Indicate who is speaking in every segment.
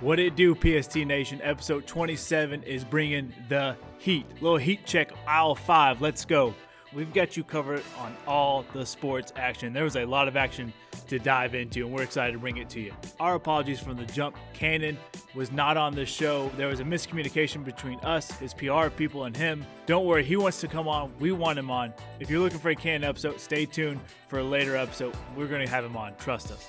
Speaker 1: What it do, PST Nation? Episode 27 is bringing the heat. Little heat check, aisle five. Let's go. We've got you covered on all the sports action. There was a lot of action to dive into, and we're excited to bring it to you. Our apologies from the jump. Cannon was not on this show. There was a miscommunication between us, his PR people, and him. Don't worry, he wants to come on. We want him on. If you're looking for a Cannon episode, stay tuned for a later episode. We're going to have him on. Trust us.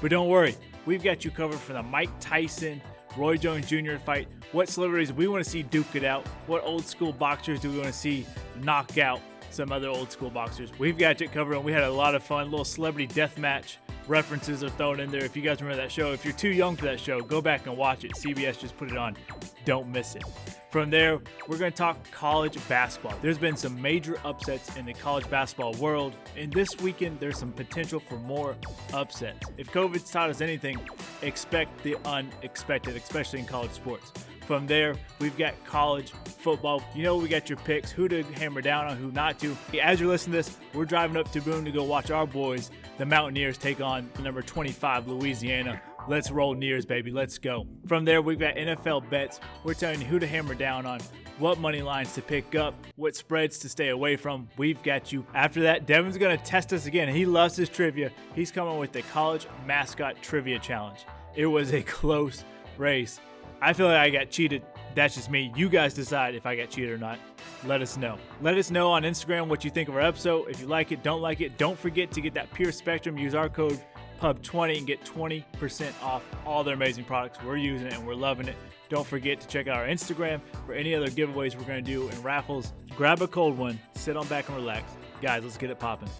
Speaker 1: But don't worry, we've got you covered for the Mike Tyson, Roy Jones Jr. fight. What celebrities we want to see duke it out? What old school boxers do we want to see knock out some other old school boxers? We've got you covered, and we had a lot of fun. Little celebrity death match references are thrown in there. If you guys remember that show, if you're too young for that show, go back and watch it. CBS just put it on. Don't miss it. From there, we're going to talk college basketball. There's been some major upsets in the college basketball world, and this weekend there's some potential for more upsets. If COVID's taught us anything, expect the unexpected, especially in college sports. From there, we've got college football. You know, we got your picks, who to hammer down on, who not to. As you're listening to this, we're driving up to Boone to go watch our boys, the Mountaineers, take on number 25, Louisiana. Let's roll Nears, baby. Let's go. From there, we've got NFL bets. We're telling you who to hammer down on, what money lines to pick up, what spreads to stay away from. We've got you. After that, Devin's going to test us again. He loves his trivia. He's coming with the college mascot trivia challenge. It was a close race. I feel like I got cheated. That's just me. You guys decide if I got cheated or not. Let us know. Let us know on Instagram what you think of our episode. If you like it, don't like it, don't forget to get that Pure Spectrum. Use our code PUB20 and get 20% off all their amazing products. We're using it and we're loving it. Don't forget to check out our Instagram for any other giveaways we're going to do and raffles. Grab a cold one, sit on back and relax. Guys, let's get it popping.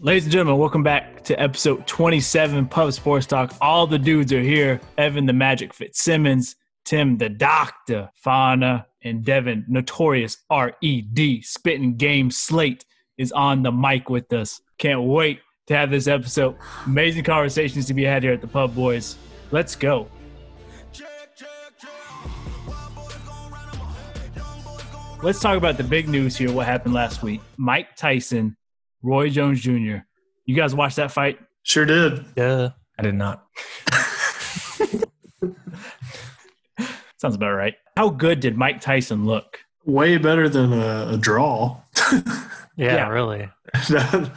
Speaker 1: Ladies and gentlemen, welcome back to episode 27 Pub Sports Talk. All the dudes are here. Evan the Magic Fitzsimmons, Tim the Doctor, Fauna, and Devin, notorious R.E.D. Spitting Game Slate is on the mic with us. Can't wait to have this episode. Amazing conversations to be had here at the Pub Boys. Let's go. Let's talk about the big news here. What happened last week? Mike Tyson, Roy Jones Jr. You guys watched that fight?
Speaker 2: Sure did.
Speaker 3: Yeah, I did not.
Speaker 1: Sounds about right. How good did Mike Tyson look?
Speaker 2: Way better than a, a draw.
Speaker 3: Yeah,
Speaker 1: Yeah.
Speaker 3: really.
Speaker 2: that,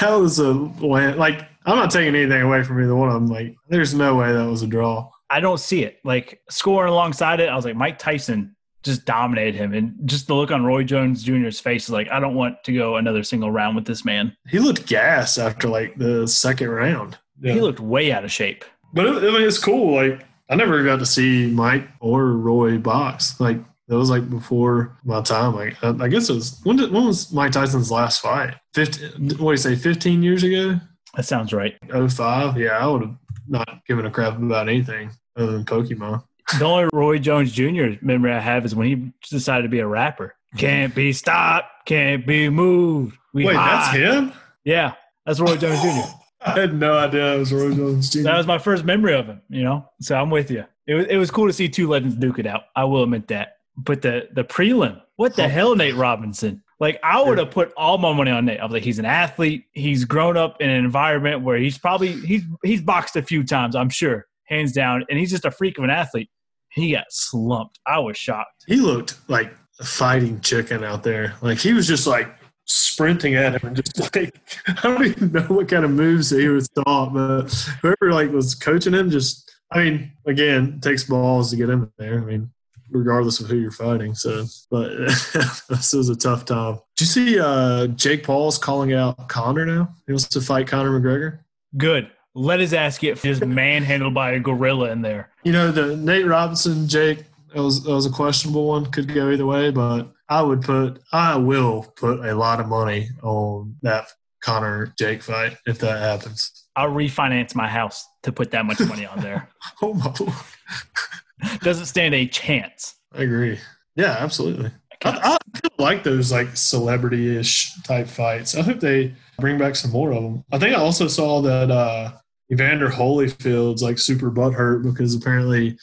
Speaker 2: that was a way, like I'm not taking anything away from either one of them. Like, there's no way that was a draw.
Speaker 1: I don't see it. Like scoring alongside it, I was like, Mike Tyson just dominated him. And just the look on Roy Jones Jr.'s face is like, I don't want to go another single round with this man.
Speaker 2: He looked gassed after like the second round.
Speaker 1: He looked way out of shape.
Speaker 2: but it, I mean, it's cool. Like, I never got to see Mike or Roy box. Like, that was like before my time. Like, I, I guess it was when did when was Mike Tyson's last fight? Fifteen? What do you say? Fifteen years ago?
Speaker 1: That sounds right.
Speaker 2: Oh five? Yeah, I would have not given a crap about anything other than Pokemon.
Speaker 1: The only Roy Jones Jr. memory I have is when he decided to be a rapper. Can't be stopped, can't be moved. We
Speaker 2: Wait, that's
Speaker 1: high.
Speaker 2: him?
Speaker 1: Yeah, that's Roy Jones Jr.
Speaker 2: I had no idea it was Roy Jones Jr.
Speaker 1: That was my first memory of him, you know. So I'm with you. It was it was cool to see two legends duke it out. I will admit that. But the the prelim, what the hell, Nate Robinson? Like I would have put all my money on Nate. I was like, he's an athlete. He's grown up in an environment where he's probably he's he's boxed a few times, I'm sure, hands down. And he's just a freak of an athlete. He got slumped. I was shocked.
Speaker 2: he looked like a fighting chicken out there. Like he was just like sprinting at him and just like I don't even know what kind of moves that he was taught, but whoever like was coaching him just I mean, again, it takes balls to get him there. I mean, regardless of who you're fighting. So but this is a tough time. Do you see uh Jake Paul's calling out Connor now? He wants to fight Connor McGregor?
Speaker 1: Good. Let his ass get just manhandled by a gorilla in there.
Speaker 2: You know, the Nate Robinson, Jake, that was, that was a questionable one. Could go either way, but I would put, I will put a lot of money on that Connor Jake fight if that happens.
Speaker 1: I'll refinance my house to put that much money on there.
Speaker 2: Oh my lord.
Speaker 1: Doesn't stand a chance.
Speaker 2: I agree. Yeah, absolutely. I, I kinda like those like celebrity ish type fights. I hope they bring back some more of them. I think I also saw that uh, Evander Holyfield's like super butthurt because apparently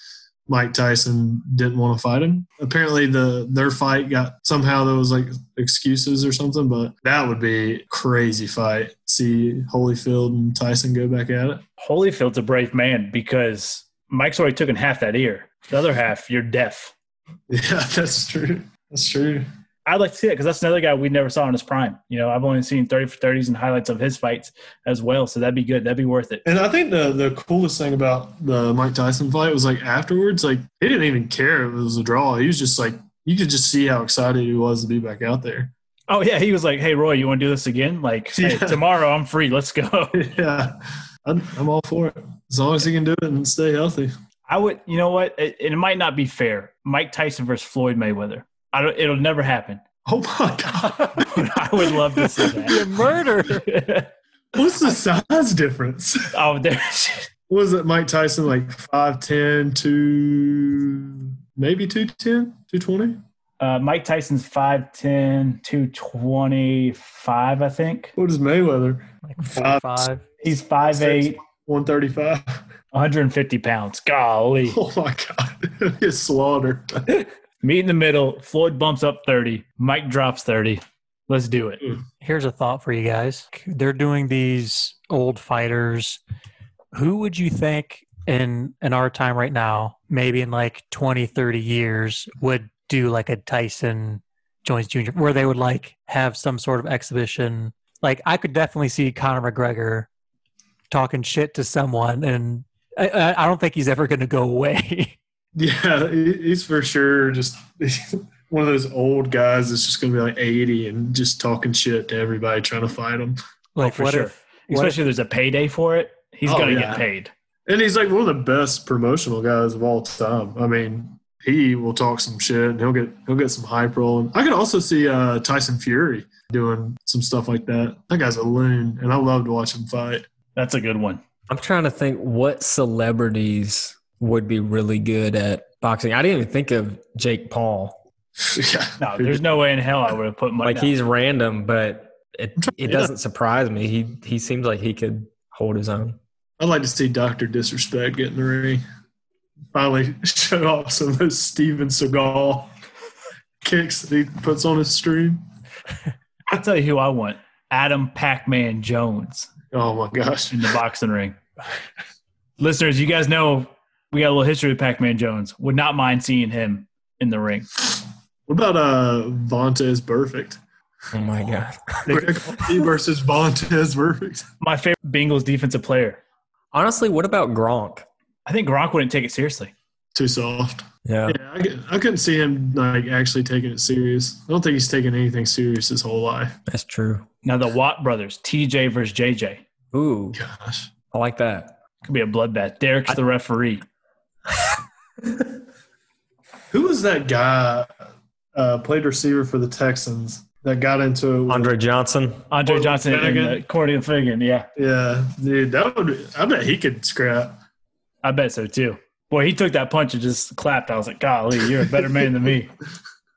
Speaker 2: Mike Tyson didn't want to fight him. Apparently, the their fight got somehow there was like excuses or something, but that would be a crazy fight. See Holyfield and Tyson go back at it.
Speaker 1: Holyfield's a brave man because Mike's already taken half that ear. The other half, you're deaf.
Speaker 2: Yeah, that's true. That's true.
Speaker 1: I'd like to see that because that's another guy we never saw in his prime. You know, I've only seen 30 for 30s and highlights of his fights as well. So that'd be good. That'd be worth it.
Speaker 2: And I think the the coolest thing about the Mike Tyson fight was like afterwards, like he didn't even care if it was a draw. He was just like you could just see how excited he was to be back out there.
Speaker 1: Oh, yeah. He was like, hey, Roy, you want to do this again? Like, hey,
Speaker 2: Yeah.
Speaker 1: tomorrow I'm free. Let's go.
Speaker 2: yeah, I'm, I'm all for it as long as he can do it and stay healthy.
Speaker 1: I would, you know what? It, it might not be fair. Mike Tyson versus Floyd Mayweather. I don't, it'll never happen.
Speaker 2: Oh my god,
Speaker 1: I would love to see
Speaker 3: Be a murder.
Speaker 1: that.
Speaker 2: what's the size difference?
Speaker 1: oh, there.
Speaker 2: was it Mike Tyson like 5'10 to maybe 210, 220?
Speaker 1: Uh, Mike Tyson's 5'10, 225, I think.
Speaker 2: What is Mayweather?
Speaker 3: Like four, five.
Speaker 1: He's 5'8,
Speaker 2: 135.
Speaker 1: 150 pounds. Golly.
Speaker 2: Oh my God. He's slaughtered.
Speaker 1: Meet in the middle. Floyd bumps up 30. Mike drops 30. Let's do it.
Speaker 3: Here's a thought for you guys. They're doing these old fighters. Who would you think in in our time right now, maybe in like 20, 30 years, would do like a Tyson Jones Jr. where they would like have some sort of exhibition? Like I could definitely see Conor McGregor talking shit to someone, and I- I, I don't think he's ever going to go away.
Speaker 2: Yeah, he- he's for sure just one of those old guys that's just going to be like 80 and just talking shit to everybody trying to fight him.
Speaker 3: like
Speaker 1: for
Speaker 3: what
Speaker 1: sure.
Speaker 3: if? what if-
Speaker 1: Especially if there's a payday for it. He's
Speaker 2: Oh,
Speaker 1: going to
Speaker 2: yeah.
Speaker 1: get paid.
Speaker 2: And he's like one of the best promotional guys of all time. I mean, he will talk some shit and he'll get he'll get some hype rolling. I could also see uh, Tyson Fury doing some stuff like that. That guy's a loon, and I love to watch him fight.
Speaker 1: That's a good one.
Speaker 4: I'm trying to think what celebrities would be really good at boxing. I didn't even think of Jake Paul.
Speaker 2: yeah.
Speaker 1: No, there's no way in hell I would have put money.
Speaker 4: Like
Speaker 1: Like
Speaker 4: he's random, but it it
Speaker 2: yeah.
Speaker 4: doesn't surprise me. He he seems like he could hold his own.
Speaker 2: I'd like to see Doctor Disrespect get in the ring. Finally, show off some of those Steven Seagal kicks that he puts on his stream.
Speaker 1: I'll tell you who I want. Adam Pac-Man Jones
Speaker 2: Oh my gosh!
Speaker 1: in the boxing ring. Listeners, you guys know we got a little history with Pac-Man Jones. Would not mind seeing him in the ring.
Speaker 2: What about uh, Vontez Perfect?
Speaker 4: Oh my god.
Speaker 2: He versus Vontez Perfect.
Speaker 1: My favorite Bengals defensive player.
Speaker 4: Honestly, what about Gronk?
Speaker 1: I think Gronk wouldn't take it seriously.
Speaker 2: Too soft.
Speaker 4: Yeah.
Speaker 2: Yeah, I, cou- I couldn't see him like actually taking it serious. I don't think he's taken anything serious his whole life.
Speaker 4: That's true.
Speaker 1: Now the Watt brothers, TJ versus JJ.
Speaker 4: Ooh,
Speaker 2: Gosh,
Speaker 4: I like that.
Speaker 1: Could be a bloodbath. Derek's the referee.
Speaker 2: who was that guy? Uh, played receiver for the Texans that got into it. with-
Speaker 4: Andre Johnson.
Speaker 1: Andre
Speaker 2: Cortland
Speaker 1: Johnson and
Speaker 2: Finnegan.
Speaker 1: uh, Cordy Finnegan. Yeah,
Speaker 2: Yeah, dude, that would. I bet he could scrap.
Speaker 1: I bet so too. Boy, he took that punch and just clapped. I was like, golly, you're a better man than me.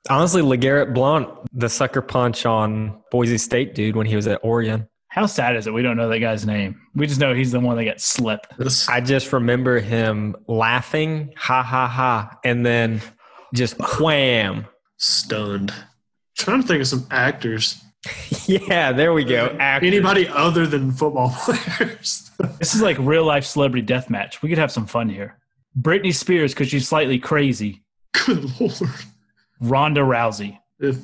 Speaker 4: Honestly, LeGarrette Blunt, the sucker punch on Boise State dude when he was at Oregon.
Speaker 1: How sad is it we don't know that guy's name? We just know he's the one that got slept.
Speaker 2: That's-
Speaker 4: I just remember him laughing, ha ha ha, and then just wham.
Speaker 2: Stunned. Trying to think of some actors.
Speaker 4: Yeah, there we go. Actors.
Speaker 2: Anybody other than football players?
Speaker 1: This is like real life celebrity death match. We could have some fun here. Britney Spears, because she's slightly crazy.
Speaker 2: Good lord!
Speaker 1: Ronda Rousey.
Speaker 2: If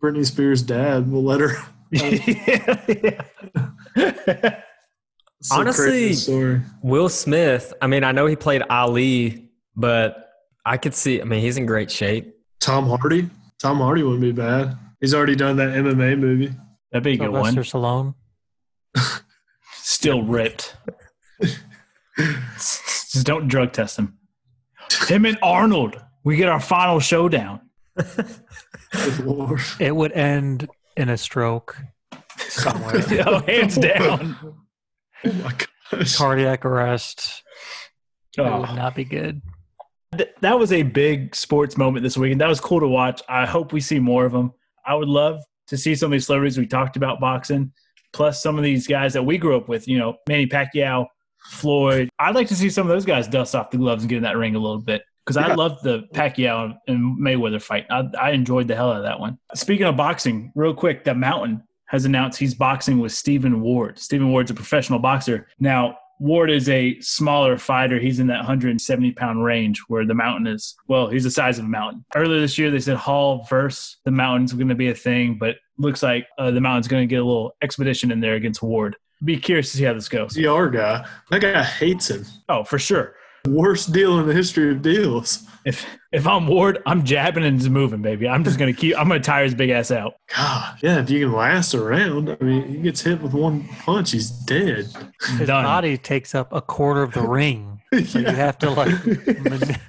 Speaker 2: Britney Spears' dad will let her. It's a
Speaker 4: Honestly-
Speaker 2: crazy story.
Speaker 4: Will Smith, I mean, I know he played Ali, but I could see, I mean, he's in great shape.
Speaker 2: Tom Hardy. Tom Hardy wouldn't be bad. He's already done that MMA movie.
Speaker 1: That'd be a good
Speaker 3: Sylvester
Speaker 1: one.
Speaker 3: Stallone.
Speaker 1: Still ripped. just don't drug test him. Him and Arnold. We get our final showdown.
Speaker 2: Good lord.
Speaker 3: It would end in a stroke,
Speaker 1: oh, hands down.
Speaker 2: Oh my gosh.
Speaker 3: cardiac arrest. It would
Speaker 1: Oh.
Speaker 3: not be good.
Speaker 1: Th- that was a big sports moment this weekend. That was cool to watch. I hope we see more of them. I would love to see some of these celebrities we talked about boxing, plus some of these guys that we grew up with. You know, Manny Pacquiao, Floyd. I'd like to see some of those guys dust off the gloves and get in that ring a little bit. because I
Speaker 2: Yeah.
Speaker 1: loved the Pacquiao and Mayweather fight. I, I enjoyed the hell out of that one. Speaking of boxing, real quick, the Mountain has announced he's boxing with Stephen Ward. Stephen Ward's a professional boxer. Now, Ward is a smaller fighter. He's in that 170 pound range where the mountain is. Well, he's the size of a mountain. Earlier this year, they said Hall versus the mountain's going to be a thing, but looks like uh, the mountain's going to get a little expedition in there against Ward. Be curious to see how this goes.
Speaker 2: DR guy. That guy hates him.
Speaker 1: Oh, for sure.
Speaker 2: Worst deal in the history of deals.
Speaker 1: If if I'm Ward, I'm jabbing and just moving, baby. I'm just gonna keep. I'm gonna tire his big ass out.
Speaker 2: God, yeah. If you can last around, I mean, he gets hit with one punch, he's dead.
Speaker 3: His
Speaker 1: Done.
Speaker 3: body takes up a quarter of the ring, so you
Speaker 2: Yeah.
Speaker 3: have to like, man-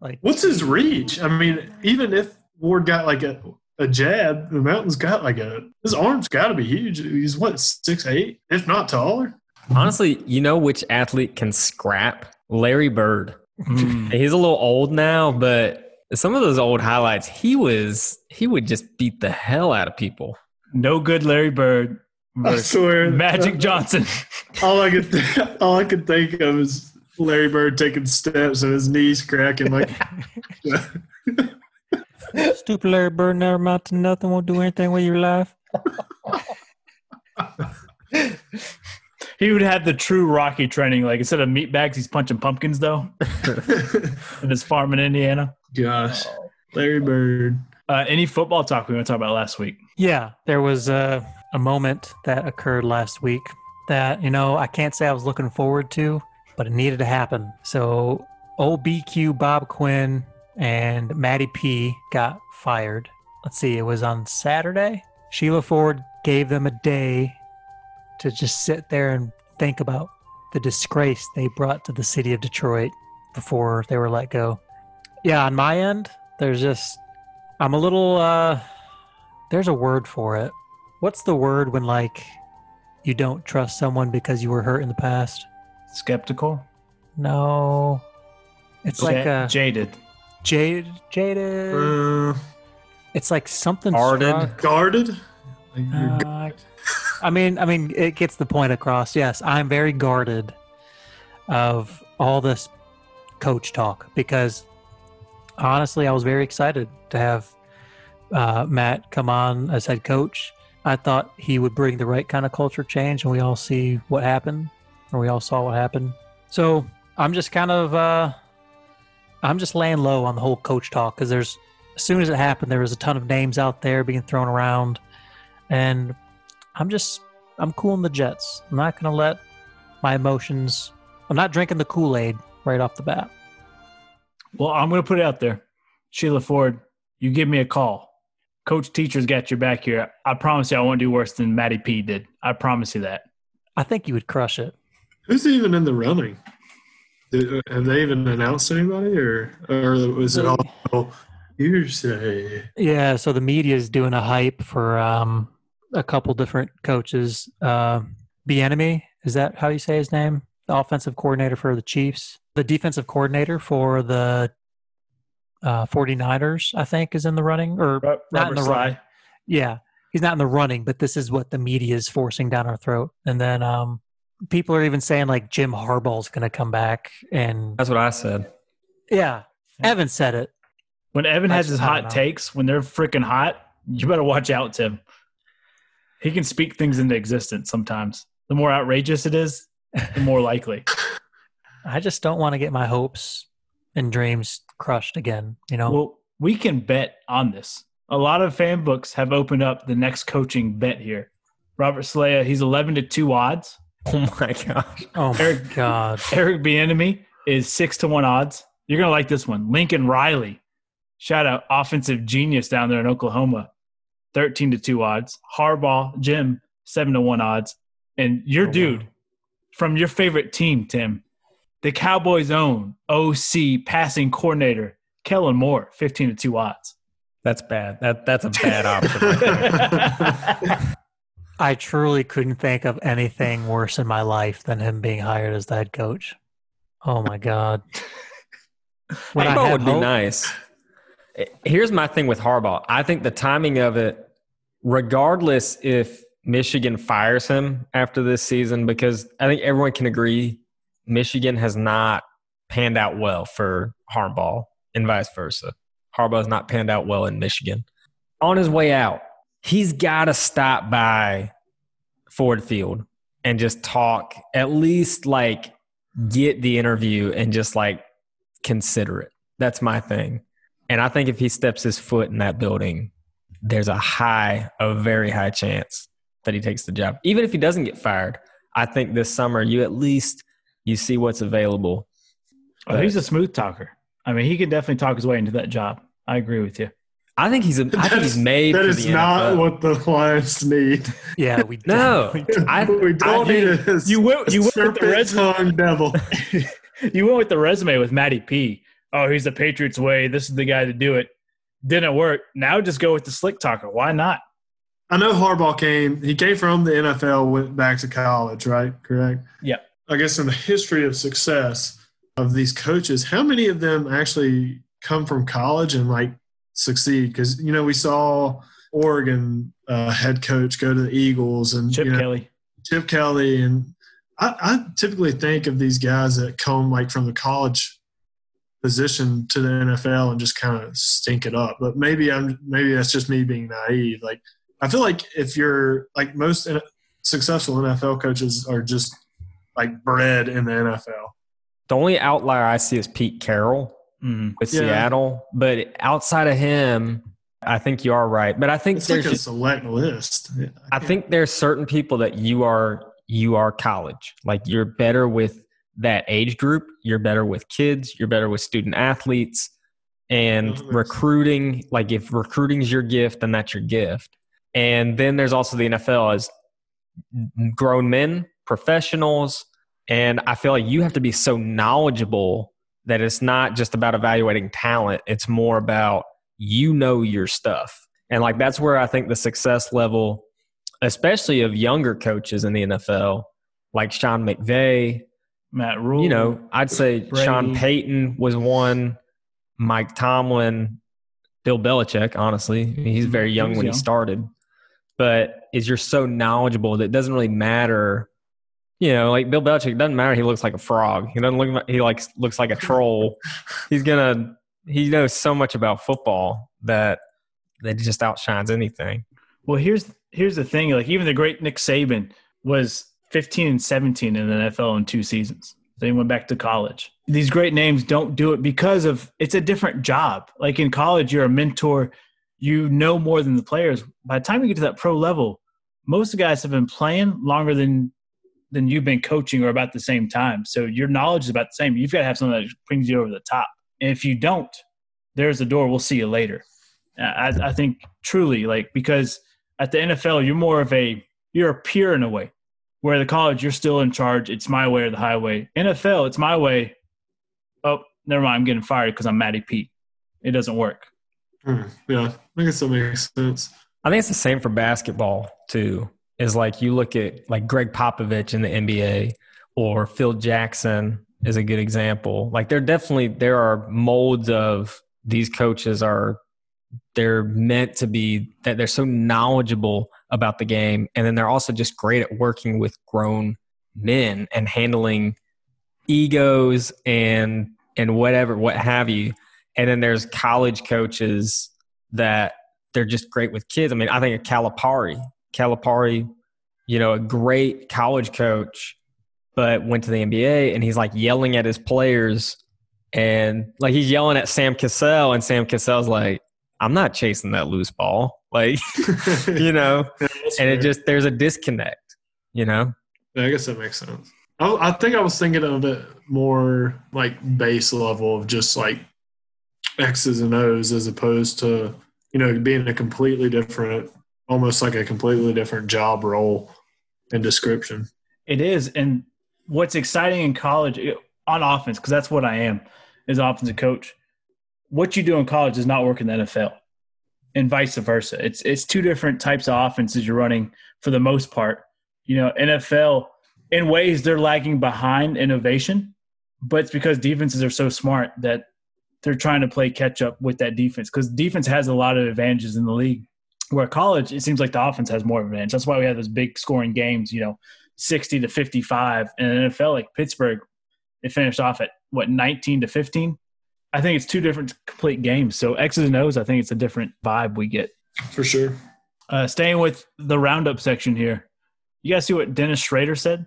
Speaker 3: like
Speaker 2: What's his reach? I mean, even if Ward got like a, a jab, the mountain's got like a his arm's got to be huge. He's what six eight, if not taller.
Speaker 4: Honestly, you know which athlete can scrap? Larry Bird.
Speaker 1: Mm.
Speaker 4: He's a little old now, but some of those old highlights, he was he would just beat the hell out of people.
Speaker 1: No good, Larry Bird
Speaker 2: I
Speaker 1: versus
Speaker 2: swear,
Speaker 1: Magic Johnson.
Speaker 2: All I could all I could think of is Larry Bird taking steps and his knees cracking. Like
Speaker 3: stupid Larry Bird never amount to nothing. Won't do anything with your life.
Speaker 1: He would have the true Rocky training. Like instead of meat bags, he's punching pumpkins though. in his farm in Indiana.
Speaker 2: gosh, Larry Bird.
Speaker 1: Uh, any football talk we want to talk about last week?
Speaker 3: Yeah, there was a, a moment that occurred last week that, you know, I can't say I was looking forward to, but it needed to happen. So OBQ Bob Quinn and Maddie P got fired. Let's see, it was on Saturday. Sheila Ford gave them a day to just sit there and think about the disgrace they brought to the city of Detroit before they were let go. Yeah, on my end, there's just, I'm a little, uh, there's a word for it. What's the word when like you don't trust someone because you were hurt in the past?
Speaker 1: Skeptical.
Speaker 3: No. It's like uh,
Speaker 1: Ja-
Speaker 3: a
Speaker 1: jaded.
Speaker 3: jaded jaded.
Speaker 2: Uh,
Speaker 3: It's like something
Speaker 4: Guarded.
Speaker 3: struck-
Speaker 2: guarded. Like, you're gu-
Speaker 3: Uh, I mean, I mean, it gets the point across. Yes, I'm very guarded of all this coach talk because honestly, I was very excited to have uh, Matt come on as head coach. I thought he would bring the right kind of culture change, and we all see what happened, or we all saw what happened. So I'm just kind of, uh, I'm just laying low on the whole coach talk because there's, as soon as it happened, there was a ton of names out there being thrown around, and I'm just I'm cooling the jets. I'm not gonna let my emotions I'm not drinking the Kool-Aid right off the bat.
Speaker 1: Well, I'm going to put it out there. Sheila Ford, you give me a call. Coach teacher's got your back here. I promise you, I won't do worse than Matty P did. I promise you that.
Speaker 3: I think you would crush it.
Speaker 2: Who's even in the running? Did, have they even announced anybody, or or was it all hearsay?
Speaker 3: Yeah, so the media is doing a hype for um a couple different coaches. Uh Bienemy, is that how you say his name? The offensive coordinator for the Chiefs. The defensive coordinator for the uh 49ers, I think, is in the running or
Speaker 1: Ro-
Speaker 3: Not in
Speaker 1: Robert
Speaker 3: the
Speaker 1: Sly.
Speaker 3: running. Yeah, he's not in the running, but this is what the media is forcing down our throat. And then um, people are even saying like Jim Harbaugh's going to come back, and
Speaker 4: That's what I said.
Speaker 3: yeah, Evan said it.
Speaker 1: When Evan
Speaker 3: I
Speaker 1: has
Speaker 3: just-
Speaker 1: his
Speaker 3: I don't
Speaker 1: hot
Speaker 3: know.
Speaker 1: takes, when they're freaking hot, you better watch out, Tim. He can speak things into existence sometimes. The more outrageous it is, the more likely.
Speaker 3: I just don't want to get my hopes and dreams crushed again. You know,
Speaker 1: Well, we can bet on this. A lot of fan books have opened up the next coaching bet here. Robert Salea, he's 11 to 2 odds.
Speaker 4: Oh my gosh.
Speaker 3: oh my
Speaker 1: Eric-
Speaker 3: god,
Speaker 1: Eric Bieniemy is six to one odds. You're gonna like this one. Lincoln Riley, shout out offensive genius down there in Oklahoma, thirteen to two odds. Harbaugh, Jim, seven to one odds, and your
Speaker 3: Oh, wow.
Speaker 1: dude from your favorite team, Tim, the Cowboys' own OC passing coordinator, Kellen Moore, fifteen to two odds.
Speaker 4: That's bad. That that's a bad option. right there.
Speaker 3: I truly couldn't think of anything worse in my life than him being hired as the head coach. Oh my god, When I
Speaker 4: Harbaugh
Speaker 3: have
Speaker 4: would be
Speaker 3: hope-
Speaker 4: nice. Here's my thing with Harbaugh. I think the timing of it, regardless if Michigan fires him after this season, because I think everyone can agree Michigan has not panned out well for Harbaugh and vice versa. Harbaugh's not panned out well in Michigan. On his way out, he's got to stop by Ford Field and just talk, at least like get the interview and just like consider it. That's my thing. And I think if he steps his foot in that building, there's a high, a very high chance that he takes the job. Even if he doesn't get fired, I think this summer you at least you see what's available.
Speaker 1: Oh, he's a smooth talker. I mean, he could definitely talk his way into that job. I agree with you.
Speaker 4: I think he's a, I think
Speaker 2: That's-
Speaker 4: he's made.
Speaker 2: That
Speaker 4: for
Speaker 2: is
Speaker 4: the
Speaker 2: not
Speaker 4: NFL.
Speaker 2: what the Lions need.
Speaker 3: Yeah, we
Speaker 4: No, I,
Speaker 2: we don't
Speaker 4: I
Speaker 2: need a
Speaker 1: You went you went with the resume.
Speaker 2: serpent-tongued devil.
Speaker 1: you went with the resume with Matty P. Oh, he's the Patriots way. This is the guy to do it. Didn't work. Now just go with the slick talker. Why not?
Speaker 2: I know Harbaugh came. He came from the NFL, went back to college, right? Correct.
Speaker 1: Yep.
Speaker 2: I guess in the history of success of these coaches, how many of them actually come from college and like succeed? Because you know we saw Oregon uh, head coach go to the Eagles and
Speaker 1: Chip
Speaker 2: you know,
Speaker 1: Kelly.
Speaker 2: Chip Kelly and I, I typically think of these guys that come like from the college position to the NFL and just kind of stink it up. But maybe I'm maybe that's just me being naive. Like I feel like if you're like most N- successful NFL coaches are just like bred in the NFL.
Speaker 4: the only outlier I see is Pete Carroll
Speaker 1: Mm.
Speaker 4: with
Speaker 2: Yeah.
Speaker 4: Seattle, but outside of him, I think you are right. But I think
Speaker 2: It's like
Speaker 4: there's
Speaker 2: a
Speaker 4: just
Speaker 2: select list. Yeah,
Speaker 4: I think there's certain people that you are you are college. Like you're better with that age group, you're better with kids, you're better with student athletes and
Speaker 2: Mhm.
Speaker 4: recruiting, like if recruiting's your gift, then that's your gift. And then there's also the NFL as grown men, professionals, and I feel like you have to be so knowledgeable that it's not just about evaluating talent, it's more about you know your stuff. And like that's where I think the success level especially of younger coaches in the NFL, like Sean McVay.
Speaker 1: Matt Rule.
Speaker 4: You know, I'd say
Speaker 1: Brady.
Speaker 4: Sean Payton was one, Mike Tomlin, Bill Belichick, honestly. I mean, he's very young
Speaker 1: He was
Speaker 4: when
Speaker 1: young.
Speaker 4: he started. But is you're so knowledgeable that it doesn't really matter. You know, like Bill Belichick, it doesn't matter. He looks like a frog. He doesn't look. like- He like looks like a troll. He's gonna. He knows so much about football that that just outshines anything.
Speaker 1: Well, here's here's the thing. Like even the great Nick Saban was 15 and 17 in the NFL in two seasons. Then he went back to college. These great names don't do it because of it's a different job. Like in college, you're a mentor. You know more than the players. By the time you get to that pro level, most of the guys have been playing longer than than you've been coaching or about the same time. So your knowledge is about the same. You've got to have something that brings you over the top. And if you don't, there's the door. We'll see you later. I, I think truly, like because at the NFL, you're more of a you're a peer in a way. Where the college, you're still in charge. It's my way or the highway. NFL, it's my way. Oh, never mind. I'm getting fired because I'm Matty P. It doesn't work.
Speaker 2: Hmm, yeah, I guess that makes sense.
Speaker 4: I think it's the same for basketball too. Is like you look at like Greg Popovich in the NBA or Phil Jackson is a good example. Like there definitely there are molds of these coaches are they're meant to be that they're so knowledgeable about the game and then they're also just great at working with grown men and handling egos and and whatever what have you. And then there's college coaches that they're just great with kids. I mean, I think of Calipari. Calipari, you know, a great college coach, but went to the NBA and he's like yelling at his players and like he's yelling at Sam Cassell and Sam Cassell's like, I'm not chasing that loose ball. Like, you know, and it just there's a disconnect, you know?
Speaker 2: Yeah, I guess that makes sense. I, I think I was thinking of it more like base level of just like X's and O's as opposed to, you know, being a completely different, almost like a completely different job role and description.
Speaker 1: It is. And what's exciting in college it- on offense, because that's what I am, is offensive coach. What you do in college does not work in the NFL, and vice versa. It's it's two different types of offenses you're running for the most part. You know, NFL in ways they're lagging behind innovation, but it's because defenses are so smart that they're trying to play catch up with that defense because defense has a lot of advantages in the league. Where college, it seems like the offense has more advantage. That's why we have those big scoring games. You know, 60 to 55 and in the NFL like Pittsburgh it finished off at what 19 to 15. I think it's two different complete games. So X's and O's, I think it's a different vibe we get.
Speaker 2: for sure.
Speaker 1: Uh, staying with the roundup section here, you guys see what Dennis Schrader said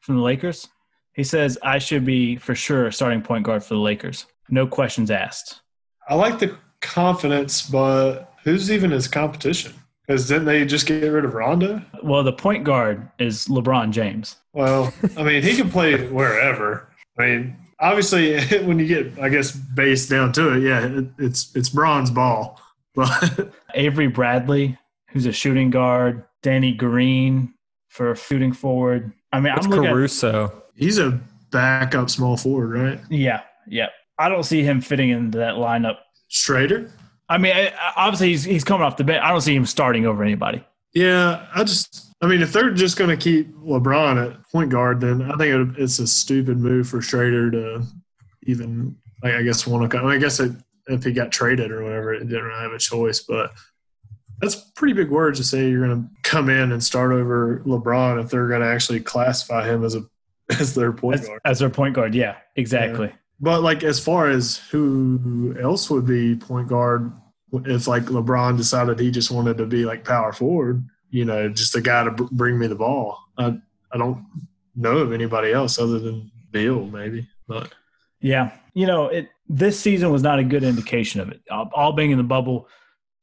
Speaker 1: from the Lakers? He says, I should be for sure a starting point guard for the Lakers. No questions asked.
Speaker 2: I like the confidence, but who's even his competition? Because didn't they just get rid of Rondo?
Speaker 1: Well, the point guard is LeBron James.
Speaker 2: Well, I mean, he can play wherever. I mean, obviously, when you get, I guess, based down to it, yeah, it, it's it's bronze ball. But
Speaker 1: Avery Bradley, who's a shooting guard, Danny Green for a shooting forward. I mean,
Speaker 4: It's
Speaker 1: I'm looking at-
Speaker 4: Caruso.
Speaker 2: he's a backup small forward, right?
Speaker 1: yeah, yeah. I don't see him fitting into that lineup.
Speaker 2: Schrader.
Speaker 1: I mean, I, I- obviously he's he's coming off the bench. I don't see him starting over anybody.
Speaker 2: Yeah, I just, I mean, if they're just going to keep LeBron at point guard, then I think it, it's a stupid move for Schrader to even, like, I guess, want to come. I guess it, if he got traded or whatever, it didn't really have a choice. But that's pretty big words to say you're going to come in and start over LeBron if they're going to actually classify him as a as their point
Speaker 1: As,
Speaker 2: guard.
Speaker 1: as their point guard, yeah, exactly.
Speaker 2: But like, as far as who else would be point guard, if like LeBron decided he just wanted to be like power forward, you know, just the guy to br- bring me the ball. I I don't know of anybody else other than Bill, maybe. But
Speaker 1: Yeah, you know, it this season was not a good indication of it. All, all being in the bubble,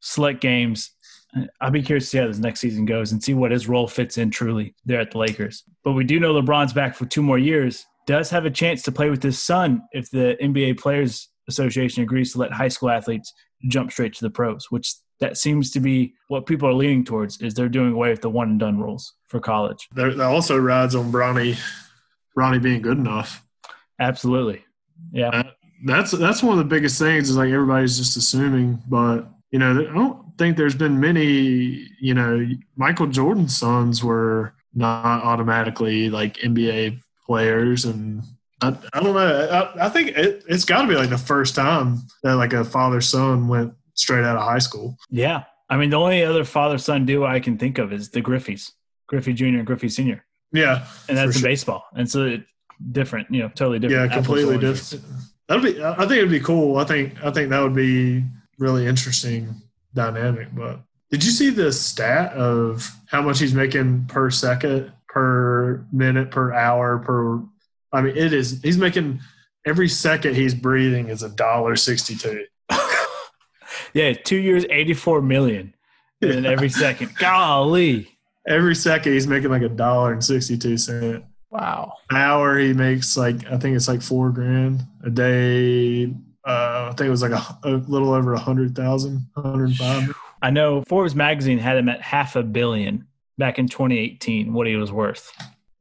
Speaker 1: select games. I'll be curious to see how this next season goes and see what his role fits in truly there at the Lakers. But we do know LeBron's back for two more years. Does have a chance to play with his son if the NBA Players Association agrees to let high school athletes jump straight to the pros, which that seems to be what people are leaning towards. Is they're doing away with the one and done rules for college.
Speaker 2: there- that also rides on Bronny, Bronny being good enough.
Speaker 1: Absolutely, yeah.
Speaker 2: That's that's one of the biggest things is like everybody's just assuming, but you know, I don't think there's been many. You know, Michael Jordan's sons were not automatically like NBA players, and I, I don't know. I, I think it, it's got to be like the first time that like a father son went straight out of high school.
Speaker 1: Yeah. I mean, the only other father son duo I can think of is the Griffey's, Griffey Jr. and Griffey Sr.
Speaker 2: Yeah,
Speaker 1: And that's
Speaker 2: For
Speaker 1: in
Speaker 2: sure.
Speaker 1: baseball. And so it, different, you know, totally
Speaker 2: yeah,
Speaker 1: different. apples to
Speaker 2: completely
Speaker 1: oranges.
Speaker 2: different. That'd be. I I think it'd be cool. I think. I think that would be really interesting dynamic. But did you see the stat of how much he's making per second, per minute, per hour, per? I mean, it is. He's making every second he's breathing is a dollar sixty-two.
Speaker 1: Yeah. Two years, 84 million. And then every second, golly.
Speaker 2: Every second he's making like a dollar and sixty-two cent.
Speaker 3: Wow.
Speaker 2: An hour he makes like I think it's like four grand a day. Uh, I think it was like a, a little over a hundred thousand, hundred five.
Speaker 1: I know Forbes magazine had him at half a billion back in 2018, what he was worth.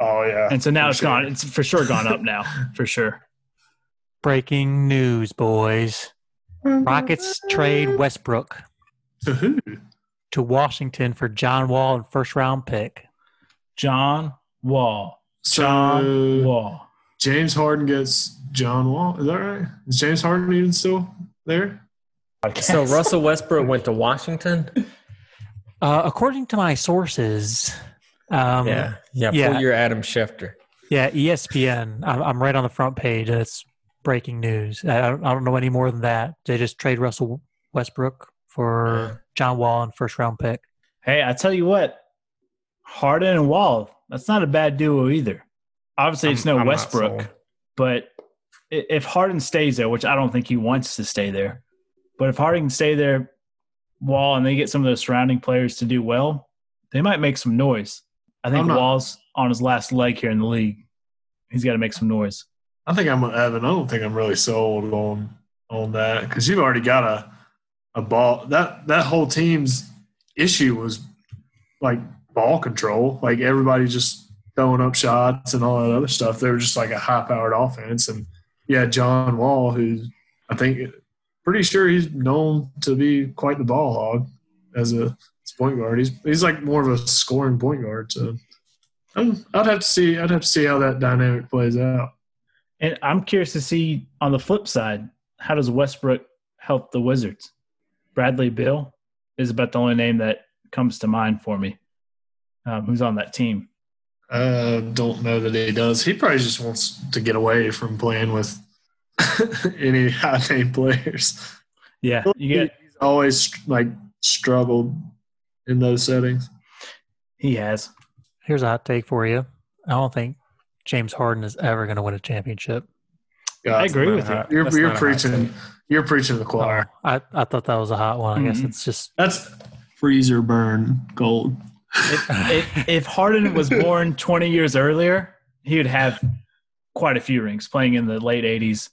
Speaker 2: Oh yeah.
Speaker 1: And so now
Speaker 2: For
Speaker 1: it's
Speaker 2: sure.
Speaker 1: gone. It's for sure gone up now, for sure.
Speaker 3: Breaking news, boys. Rockets trade Westbrook
Speaker 2: To who?
Speaker 3: to Washington for John Wall and first round pick.
Speaker 1: John Wall.
Speaker 2: So,
Speaker 1: John Wall.
Speaker 2: James Harden gets John Wall. Is that right? Is James Harden even still there?
Speaker 4: So Russell Westbrook went to Washington.
Speaker 3: Uh, according to my sources, um,
Speaker 4: yeah, yeah.
Speaker 3: yeah.
Speaker 4: Pull your Adam Schefter.
Speaker 3: Yeah, E ESPN. I'm, I'm right on the front page. and It's breaking news. I, I don't- I don't know any more than that. They just trade Russell Westbrook for John Wall and first round pick.
Speaker 1: Hey, I tell you what, Harden and Wall, that's not a bad duo either. Obviously, it's
Speaker 4: I'm-
Speaker 1: no
Speaker 4: I'm not
Speaker 1: Westbrook,
Speaker 4: sold.
Speaker 1: but i- if Harden stays there, which I don't think he wants to stay there, but if Harden can stay there, Wall, and they get some of those surrounding players to do well, they might make some noise. I think
Speaker 2: I'm not-
Speaker 1: Wall's on his last leg here in the league. He's got to make some noise.
Speaker 2: I think I'm Evan. I don't think I'm really sold on on that because you've already got a a ball that that whole team's issue was like ball control. Like everybody just throwing up shots and all that other stuff. They were just like a high powered offense. And yeah, John Wall, who I think pretty sure he's known to be quite the ball hog as a as point guard. He's he's like more of a scoring point guard. So um, I'd have to see. I'd have to see how that dynamic plays out.
Speaker 1: And I'm curious to see on the flip side, how does Westbrook help the Wizards? Bradley Bill is about the only name that comes to mind for me. Um, who's on that team?
Speaker 2: Uh, don't know that he does. He probably just wants to get away from playing with any high name players.
Speaker 1: Yeah, you get
Speaker 2: He's always like struggled in those settings.
Speaker 1: he has.
Speaker 3: Here's a hot take for you. I don't think James Harden is ever going to win a championship.
Speaker 2: God,
Speaker 1: I agree with you.
Speaker 2: You're,
Speaker 4: That's
Speaker 2: you're
Speaker 4: not a hot
Speaker 2: preaching. You're preaching to the choir.
Speaker 3: Oh, I, I thought that was a hot one. I guess
Speaker 4: Mm-hmm.
Speaker 1: Mhm.
Speaker 3: it's just
Speaker 2: That's freezer burn gold.
Speaker 1: If, if, if Harden was born 20 years earlier, he would have quite a few rings. Playing in the late 80s,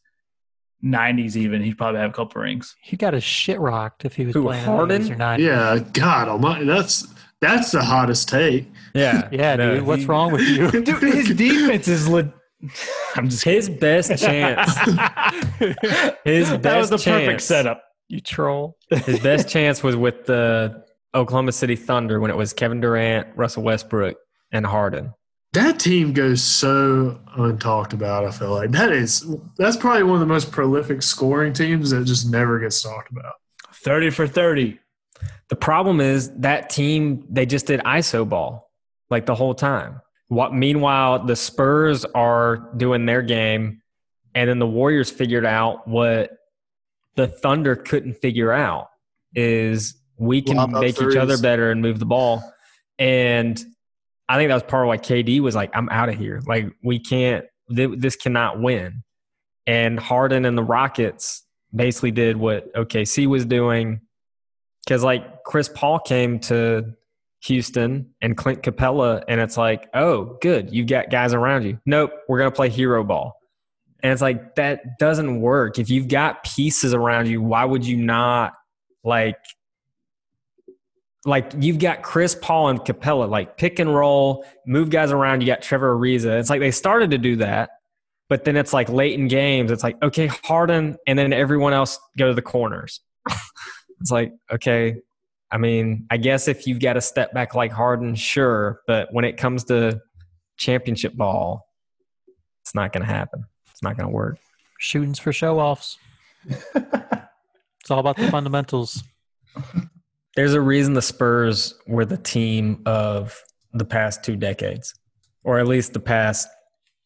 Speaker 1: 90s, even he'd probably have a couple rings.
Speaker 3: he got his shit rocked if he was
Speaker 4: Who,
Speaker 3: playing
Speaker 4: Harden?
Speaker 3: Harden or not.
Speaker 2: Yeah, God Almighty, that's that's the hottest take.
Speaker 4: Yeah,
Speaker 3: Yeah,
Speaker 4: no,
Speaker 3: dude. What's
Speaker 4: he-
Speaker 3: wrong with you?
Speaker 1: Dude, his defense is lit. I'm just kidding.
Speaker 4: His best chance. His best
Speaker 1: that was the perfect
Speaker 4: chance-
Speaker 1: setup.
Speaker 3: you troll.
Speaker 4: His best chance was with the Oklahoma City Thunder when it was Kevin Durant, Russell Westbrook, and Harden.
Speaker 2: That team goes so untalked about. I feel like that is that's probably one of the most prolific scoring teams that just never gets talked about.
Speaker 1: 30 for 30.
Speaker 4: The problem is that team they just did ISO ball like the whole time. What meanwhile the Spurs are doing their game, and then the Warriors figured out what the Thunder couldn't figure out is we can
Speaker 2: Lob up
Speaker 4: make each other
Speaker 2: threes.
Speaker 4: better and move the ball. And I think that was part of why KD was like, I'm out of here. Like, we can't, th- this cannot win. And Harden and the Rockets basically did what OKC was doing. Cause like Chris Paul came to Houston and Clint Capella, and it's like, oh, good. You've got guys around you. Nope, we're going to play hero ball. And it's like, that doesn't work. If you've got pieces around you, why would you not like like you've got Chris Paul and Capella, like pick and roll, move guys around. You got Trevor Ariza. It's like they started to do that, but then it's like late in games. It's like okay, Harden, and then everyone else go to the corners. it's like okay, I mean, I guess if you've got a step back like Harden, sure, but when it comes to championship ball, it's not going to happen. It's not going to work.
Speaker 3: Shootings for show offs. it's all about the fundamentals.
Speaker 4: There's a reason the Spurs were the team of the past two decades, or at least the past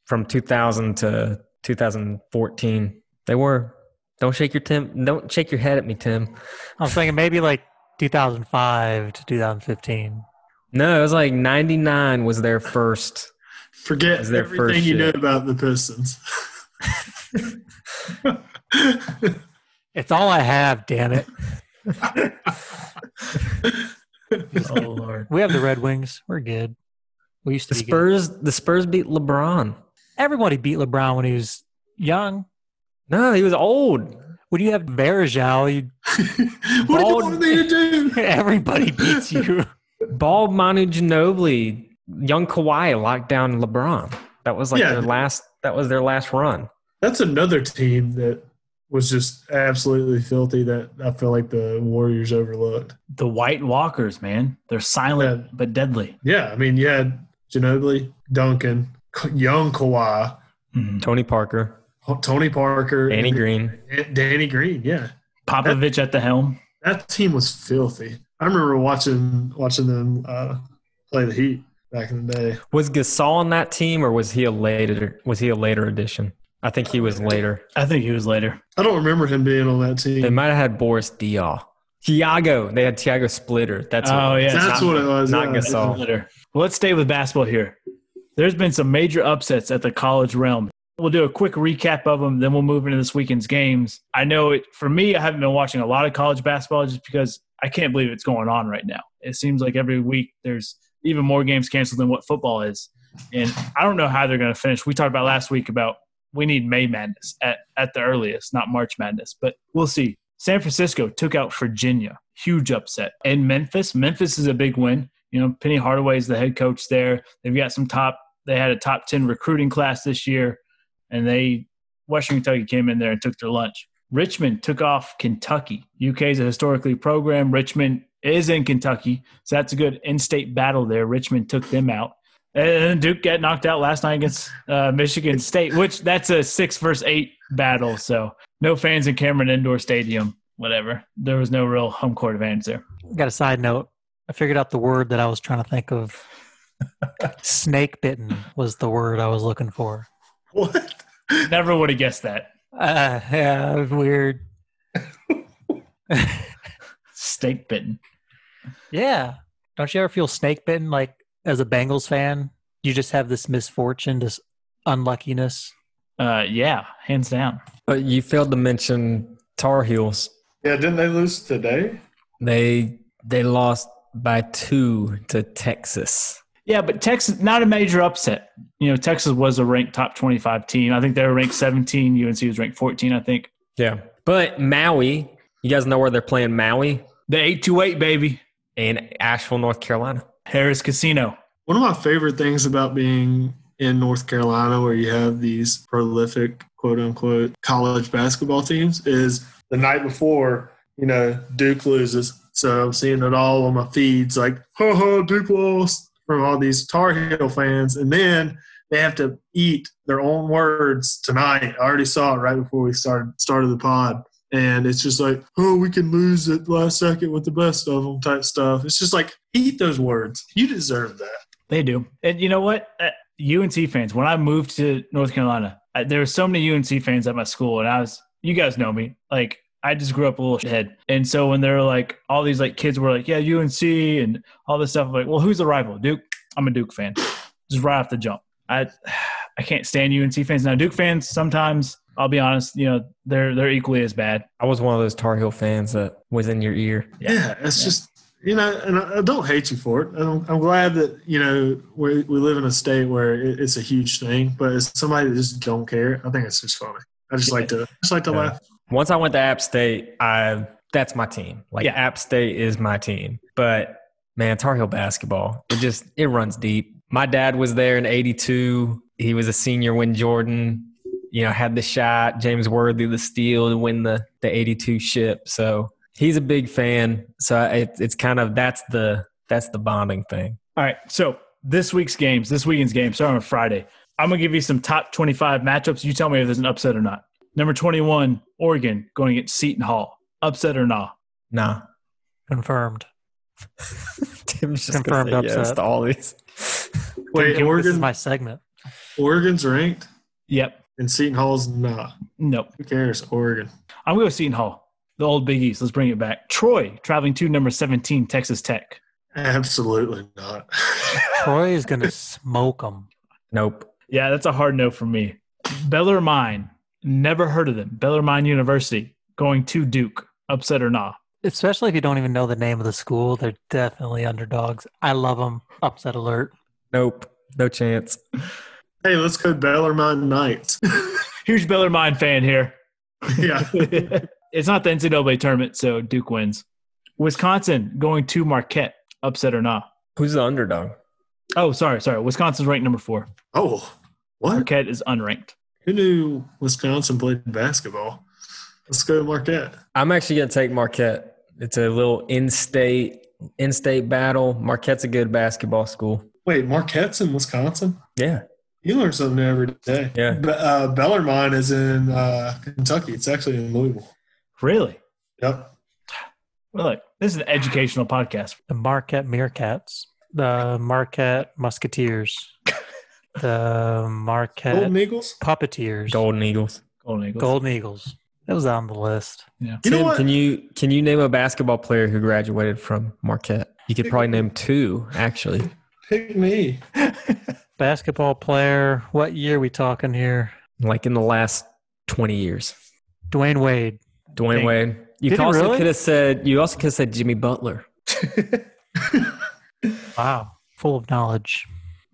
Speaker 4: from 2000 to 2014. They were. Don't shake your Tim. Don't shake your head at me, Tim.
Speaker 3: I'm thinking maybe like 2005 to 2015.
Speaker 4: No, it was like 99 was their first.
Speaker 2: Forget
Speaker 4: That's their
Speaker 2: everything
Speaker 4: first
Speaker 2: you know
Speaker 4: shit.
Speaker 2: about the Pistons.
Speaker 3: It's all I have, damn it.
Speaker 1: Oh, Lord.
Speaker 3: We have the Red Wings. We're good. We used to
Speaker 4: The
Speaker 3: be good.
Speaker 4: Spurs. The Spurs beat LeBron.
Speaker 3: Everybody beat LeBron when he was young.
Speaker 4: No, he was old.
Speaker 3: When you have Varejao, you,
Speaker 2: what do you
Speaker 4: Bald-
Speaker 2: want me to do?
Speaker 3: everybody beats you.
Speaker 4: Bald Manu Ginobili, young Kawhi locked down LeBron. That was like
Speaker 2: Yeah.
Speaker 4: their last. That was their last run.
Speaker 2: That's another team that was just absolutely filthy that I feel like the Warriors overlooked.
Speaker 1: The White Walkers, man. They're silent
Speaker 2: Yeah.
Speaker 1: but deadly.
Speaker 2: Yeah, I mean, you had Ginobili, Duncan, K- young Kawhi,
Speaker 1: Mhm.
Speaker 4: Tony Parker,
Speaker 2: Ho- Tony Parker,
Speaker 4: Danny
Speaker 2: and-
Speaker 4: Green.
Speaker 2: and Danny Green. Yeah,
Speaker 1: Popovich at the helm.
Speaker 2: that team was filthy. I remember watching watching them uh, play the Heat back in the day.
Speaker 4: Was Gasol on that team, or was he a later? Was he a later addition? I think he was later.
Speaker 1: I think he was later.
Speaker 2: I don't remember him being on that
Speaker 4: They
Speaker 2: team.
Speaker 4: might have had Boris Diaw, Tiago. They had Tiago Splitter. That's
Speaker 1: Oh,
Speaker 4: what it was.
Speaker 1: yeah.
Speaker 2: That's
Speaker 4: not-
Speaker 2: what it was.
Speaker 4: Not
Speaker 2: yeah.
Speaker 4: Gasol.
Speaker 1: Later. Well, let's stay with basketball here. There's been some major upsets at the college realm. We'll do a quick recap of them, then we'll move into this weekend's games. I know it for me, I haven't been watching a lot of college basketball just because I can't believe it's going on right now. It seems like every week there's even more games canceled than what football is. And I don't know how they're going to finish. We talked about last week about we need May Madness at, at the earliest, not March Madness, but we'll see. San Francisco took out Virginia, huge upset. And Memphis, Memphis is a big win. You know, Penny Hardaway is the head coach there. They've got some top, they had a top 10 recruiting class this year, and they, Western Kentucky came in there and took their lunch. Richmond took off Kentucky. UK is a historically program. Richmond is in Kentucky, so that's a good in state battle there. Richmond took them out. And then Duke got knocked out last night against uh, Michigan State, which that's a six versus eight battle. So no fans in Cameron Indoor Stadium, whatever. There was no real home court advantage there.
Speaker 3: Got a side note. I figured out the word that I was trying to think of. Snake bitten was the word I was looking for.
Speaker 2: What?
Speaker 1: Never would have guessed that.
Speaker 3: Uh, yeah, weird.
Speaker 1: Steak bitten.
Speaker 3: Yeah. Don't you ever feel snake bitten? Like as a Bengals fan, you just have this misfortune, this unluckiness.
Speaker 1: Uh, yeah, hands down.
Speaker 4: But you failed to mention Tar Heels.
Speaker 2: Yeah, didn't they lose today?
Speaker 4: They they lost by two to Texas.
Speaker 1: Yeah, but Texas not a major upset. You know, Texas was a ranked top twenty-five team. I think they were ranked seventeen. UNC was ranked fourteen. I think
Speaker 4: Yeah. But Maui, you guys know where they're playing Maui
Speaker 1: the eight-two-eight baby
Speaker 4: in Asheville, North Carolina.
Speaker 1: Harris Casino.
Speaker 2: One of my favorite things about being in North Carolina, where you have these prolific quote unquote college basketball teams, is the night before, you know, Duke loses. So I'm seeing it all on my feeds like, ho ho, Duke lost from all these Tar Heel fans. And then they have to eat their own words tonight. I already saw it right before we started started the pod. And it's just like, oh, we can lose at last second with the best of them type stuff. It's just like, eat those words. You deserve that.
Speaker 1: They do. And you know what? Uh, UNC fans, when I moved to North Carolina, I, there were so many UNC fans at my school, and I was, you guys know me. Like, I just grew up a little shithead. And so when there were like all these like kids were like, yeah, UNC and all this stuff, I'm like, well, who's the rival? Duke? I'm a Duke fan. Just right off the jump. I, I can't stand UNC fans. Now, Duke fans, sometimes, I'll be honest, you know, they're, they're equally as bad.
Speaker 4: I was one of those Tar Heel fans that was in your ear.
Speaker 1: Yeah.
Speaker 2: Yeah, it's
Speaker 1: Yeah.
Speaker 2: just you know, and I I don't hate you for it. And I'm, I'm glad that you know we we live in a state where it, it's a huge thing, but as somebody that just don't care, I think it's just funny. I just like to just like to
Speaker 4: Yeah.
Speaker 2: laugh.
Speaker 4: Once I went to App State, I that's my team. Like
Speaker 1: Yeah.
Speaker 4: App State is my team. But man, Tar Heel basketball, it just it runs deep. My dad was there in '82. He was a senior when Jordan, you know, had the shot. James Worthy the steal to win the the '82 ship. So he's a big fan. So it, it's kind of that's the that's the bonding thing.
Speaker 1: All right. So this week's games, this weekend's games start on Friday. I'm going to give you some top 25 matchups. You tell me if there's an upset or not. Number 21, Oregon going against Seton Hall. Upset or not?
Speaker 4: Nah,
Speaker 3: Confirmed.
Speaker 4: Tim's just
Speaker 3: Confirmed
Speaker 4: confirmed gonna say yes
Speaker 3: upset.
Speaker 4: to all these.
Speaker 1: give-
Speaker 2: Wait,
Speaker 3: This is
Speaker 2: Oregon,
Speaker 3: my segment.
Speaker 2: Oregon's ranked,
Speaker 1: Yep.
Speaker 2: and Seton Hall's not.
Speaker 1: Nope.
Speaker 2: Who cares? Oregon.
Speaker 1: I'm going to Seton Hall, the old Big East. Let's bring it back. Troy traveling to number 17, Texas Tech.
Speaker 2: Absolutely not.
Speaker 3: Troy is going to smoke them.
Speaker 4: nope.
Speaker 1: Yeah, that's a hard no for me. Bellarmine, never heard of them. Bellarmine University going to Duke. Upset or not?
Speaker 3: Especially if you don't even know the name of the school, they're definitely underdogs. I love them. Upset alert.
Speaker 4: Nope. No chance.
Speaker 2: hey, let's go Bellarmine Knights.
Speaker 1: Huge Bellarmine fan here.
Speaker 2: yeah,
Speaker 1: it's not the NCAA tournament, so Duke wins. Wisconsin going to Marquette, upset or not?
Speaker 4: Who's the underdog?
Speaker 1: Oh, sorry, sorry. Wisconsin's ranked number four.
Speaker 2: Oh, what?
Speaker 1: Marquette is unranked.
Speaker 2: Who knew Wisconsin played basketball? Let's go Marquette.
Speaker 4: I'm actually going to take Marquette. It's a little in-state in-state battle. Marquette's a good basketball school.
Speaker 2: Wait, Marquette's in Wisconsin.
Speaker 4: Yeah.
Speaker 2: You learn something new every day.
Speaker 4: Yeah.
Speaker 2: Be- uh, Bellarmine is in uh, Kentucky. It's actually in Louisville.
Speaker 1: Really?
Speaker 2: Yep.
Speaker 1: Well, look, this is an educational podcast.
Speaker 3: The Marquette Meerkats. The Marquette Musketeers. The Marquette
Speaker 2: Golden Eagles.
Speaker 3: Puppeteers.
Speaker 4: Golden Eagles.
Speaker 1: Golden Eagles.
Speaker 3: Golden Eagles. That was on the list.
Speaker 2: You know
Speaker 4: Tim,
Speaker 2: what?
Speaker 4: can you can you name a basketball player who graduated from Marquette? You could probably name two, actually.
Speaker 2: Pick me.
Speaker 3: Basketball player. What year we talking here?
Speaker 4: Like in the last 20 years.
Speaker 3: Dwayne Wade.
Speaker 4: Dwayne
Speaker 1: Dang.
Speaker 4: Wade. You
Speaker 3: Did
Speaker 4: could
Speaker 3: he
Speaker 4: also
Speaker 3: really?
Speaker 4: could have said you also could have said Jimmy Butler.
Speaker 3: Wow. Full of knowledge.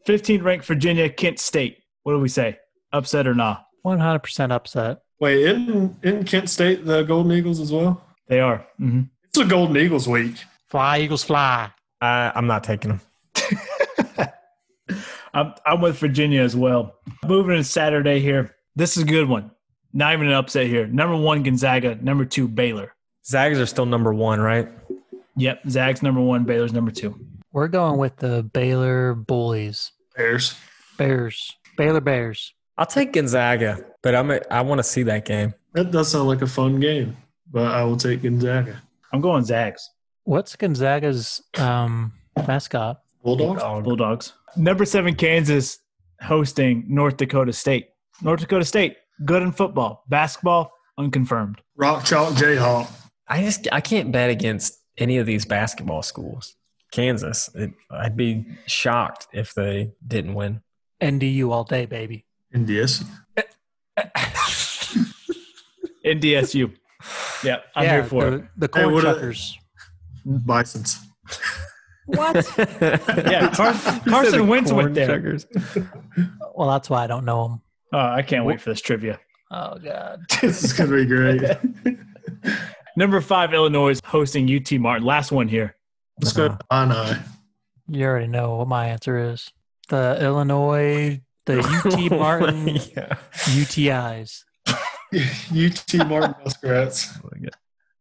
Speaker 1: 15 ranked Virginia, Kent State. What do we say? Upset or not?
Speaker 3: 100% upset.
Speaker 2: Wait, in in Kent State, the Golden Eagles as well.
Speaker 1: They are. hmm
Speaker 2: It's a Golden Eagles week.
Speaker 3: Fly, Eagles, fly.
Speaker 4: I, I'm not taking him.
Speaker 1: I'm, I'm with Virginia as well. Moving to Saturday here. This is a good one. Not even an upset here. Number one, Gonzaga. Number two, Baylor.
Speaker 4: Zags are still number one, right?
Speaker 1: Yep. Zag's number one. Baylor's number two.
Speaker 3: We're going with the Baylor Bullies.
Speaker 2: Bears.
Speaker 3: Bears. Baylor Bears.
Speaker 4: I'll take Gonzaga, but I'm a, I want to see that game.
Speaker 2: That does sound like a fun game, but I will take Gonzaga.
Speaker 1: I'm going Zags.
Speaker 3: What's Gonzaga's um, mascot?
Speaker 2: Bulldogs.
Speaker 1: Bulldogs. Number seven, Kansas hosting North Dakota State. North Dakota State, Good in football. Basketball, unconfirmed.
Speaker 2: Rock Chalk Jayhawk.
Speaker 4: I just I can't bet against any of these basketball schools. Kansas, it, I'd be shocked if they didn't win.
Speaker 3: NDU all day, baby.
Speaker 2: NDS.
Speaker 5: NDSU.
Speaker 1: Yeah, I'm here for
Speaker 3: the,
Speaker 1: it.
Speaker 3: the corn
Speaker 2: what a-
Speaker 3: chuckers.
Speaker 2: Bisons.
Speaker 6: What?
Speaker 1: Yeah, Car- Carson Wentz went there.
Speaker 3: Well, that's why I don't know them.
Speaker 1: Oh, I can't wait for this trivia.
Speaker 3: Oh God.
Speaker 2: This is going to be great.
Speaker 1: Number five, Illinois is hosting UT Martin. Last one here.
Speaker 2: Let's go to Illini.
Speaker 3: You already know what my answer is. The Illinois, the UT Martin
Speaker 4: yeah.
Speaker 3: UTIs.
Speaker 2: UT Martin Muskrats.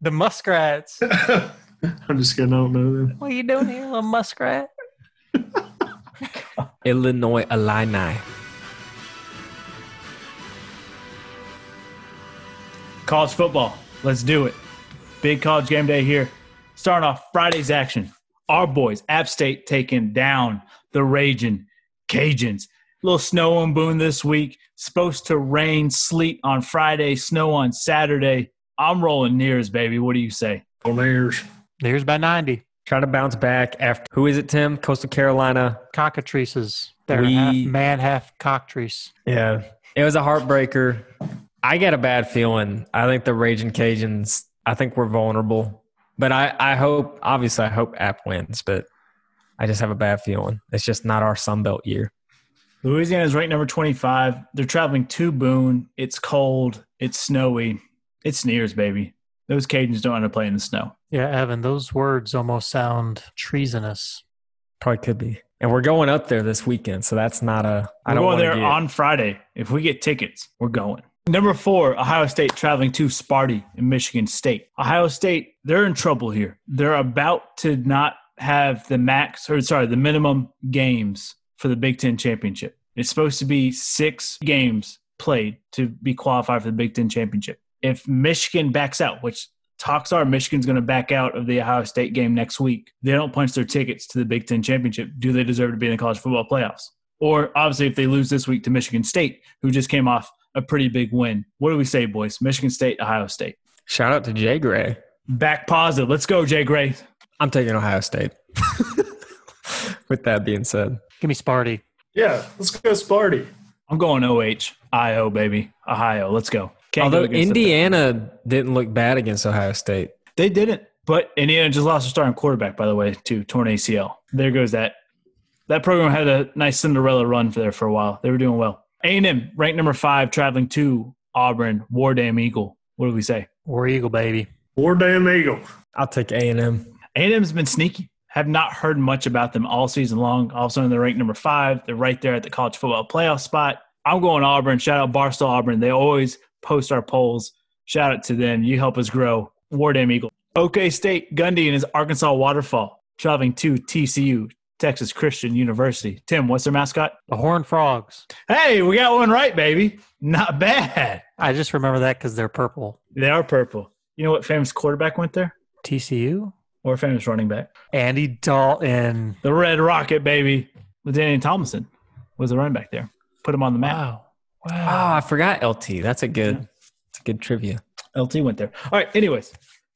Speaker 3: The muskrats.
Speaker 2: I'm just kidding. I don't know them.
Speaker 3: What are you doing here, little muskrat?
Speaker 4: Illinois Illini.
Speaker 1: College football. Let's do it. Big college game day here. Starting off Friday's action. Our boys, App State, taking down the raging Cajuns. little snow on Boone this week. Supposed to rain, sleet on Friday, snow on Saturday. I'm rolling nears, baby. What do you say?
Speaker 2: On airs.
Speaker 3: There's by 90.
Speaker 4: Trying to bounce back after who is it, Tim? Coastal Carolina.
Speaker 3: Cockatrices. They're
Speaker 4: We-
Speaker 3: half man, half cocktrice.
Speaker 4: Yeah. It was a heartbreaker. I got a bad feeling. I think the Raging Cajuns, I think we're vulnerable. But I, I hope, obviously, I hope App wins, but I just have a bad feeling. It's just not our Sunbelt year.
Speaker 1: Louisiana is ranked number 25. They're traveling to Boone. It's cold. It's snowy. It's nears, baby. Those Cajuns don't want to play in the snow.
Speaker 3: Yeah, Evan, those words almost sound treasonous.
Speaker 4: Probably could be. And we're going up there this weekend. So that's not a.
Speaker 1: We're
Speaker 4: I don't
Speaker 1: going
Speaker 4: want
Speaker 1: there
Speaker 4: to get,
Speaker 1: on Friday. If we get tickets, we're going. Number four, Ohio State traveling to Sparty in Michigan State. Ohio State, they're in trouble here. They're about to not have the max or sorry, the minimum games for the Big Ten championship. It's supposed to be six games played to be qualified for the Big Ten championship. If Michigan backs out, which talks are Michigan's going to back out of the Ohio State game next week, they don't punch their tickets to the Big Ten championship. Do they deserve to be in the college football playoffs? Or obviously, if they lose this week to Michigan State, who just came off a pretty big win. What do we say, boys? Michigan State, Ohio State.
Speaker 4: Shout out to Jay Gray.
Speaker 1: Back positive. Let's go, Jay Gray.
Speaker 4: I'm taking Ohio State. With that being said,
Speaker 3: Give me Sparty.
Speaker 2: Yeah, let's go Sparty.
Speaker 1: I'm going OH. IO, baby. Ohio. Let's go. Can't go
Speaker 4: although
Speaker 1: against the-
Speaker 4: Indiana didn't look bad against Ohio State,
Speaker 1: They didn't. But Indiana just lost their starting quarterback, by the way, to torn ACL. There goes that. That program had a nice Cinderella run for there for a while. They were doing well. A&M, ranked number five, traveling to Auburn, War Dam Eagle. What do we say?
Speaker 3: War Eagle, baby.
Speaker 2: War damn Eagle.
Speaker 4: I'll take A and M.
Speaker 1: A&M's been sneaky. Have not heard much about them all season long. All of a sudden, they're ranked number five. They're right there at the college football playoff spot. I'm going Auburn. Shout out Barstow Auburn. They always post our polls. Shout out to them. You help us grow. War Damn Eagle. OK State Gundy and his Arkansas Waterfall traveling to TCU, Texas Christian University. Tim, what's their mascot?
Speaker 3: The Horned Frogs.
Speaker 1: Hey, we got one right, baby. Not bad.
Speaker 3: I just remember that because they're purple.
Speaker 1: They are purple. You know what famous quarterback went there?
Speaker 3: TCU?
Speaker 1: Or famous running back?
Speaker 3: Andy Dalton.
Speaker 1: The Red Rocket, baby. With Danny Thomason was the running back there. Put him on the map.
Speaker 3: Wow.
Speaker 4: Oh,
Speaker 3: Wow.
Speaker 4: I forgot LT. That's a good, it's a good trivia.
Speaker 1: LT went there. All right. Anyways,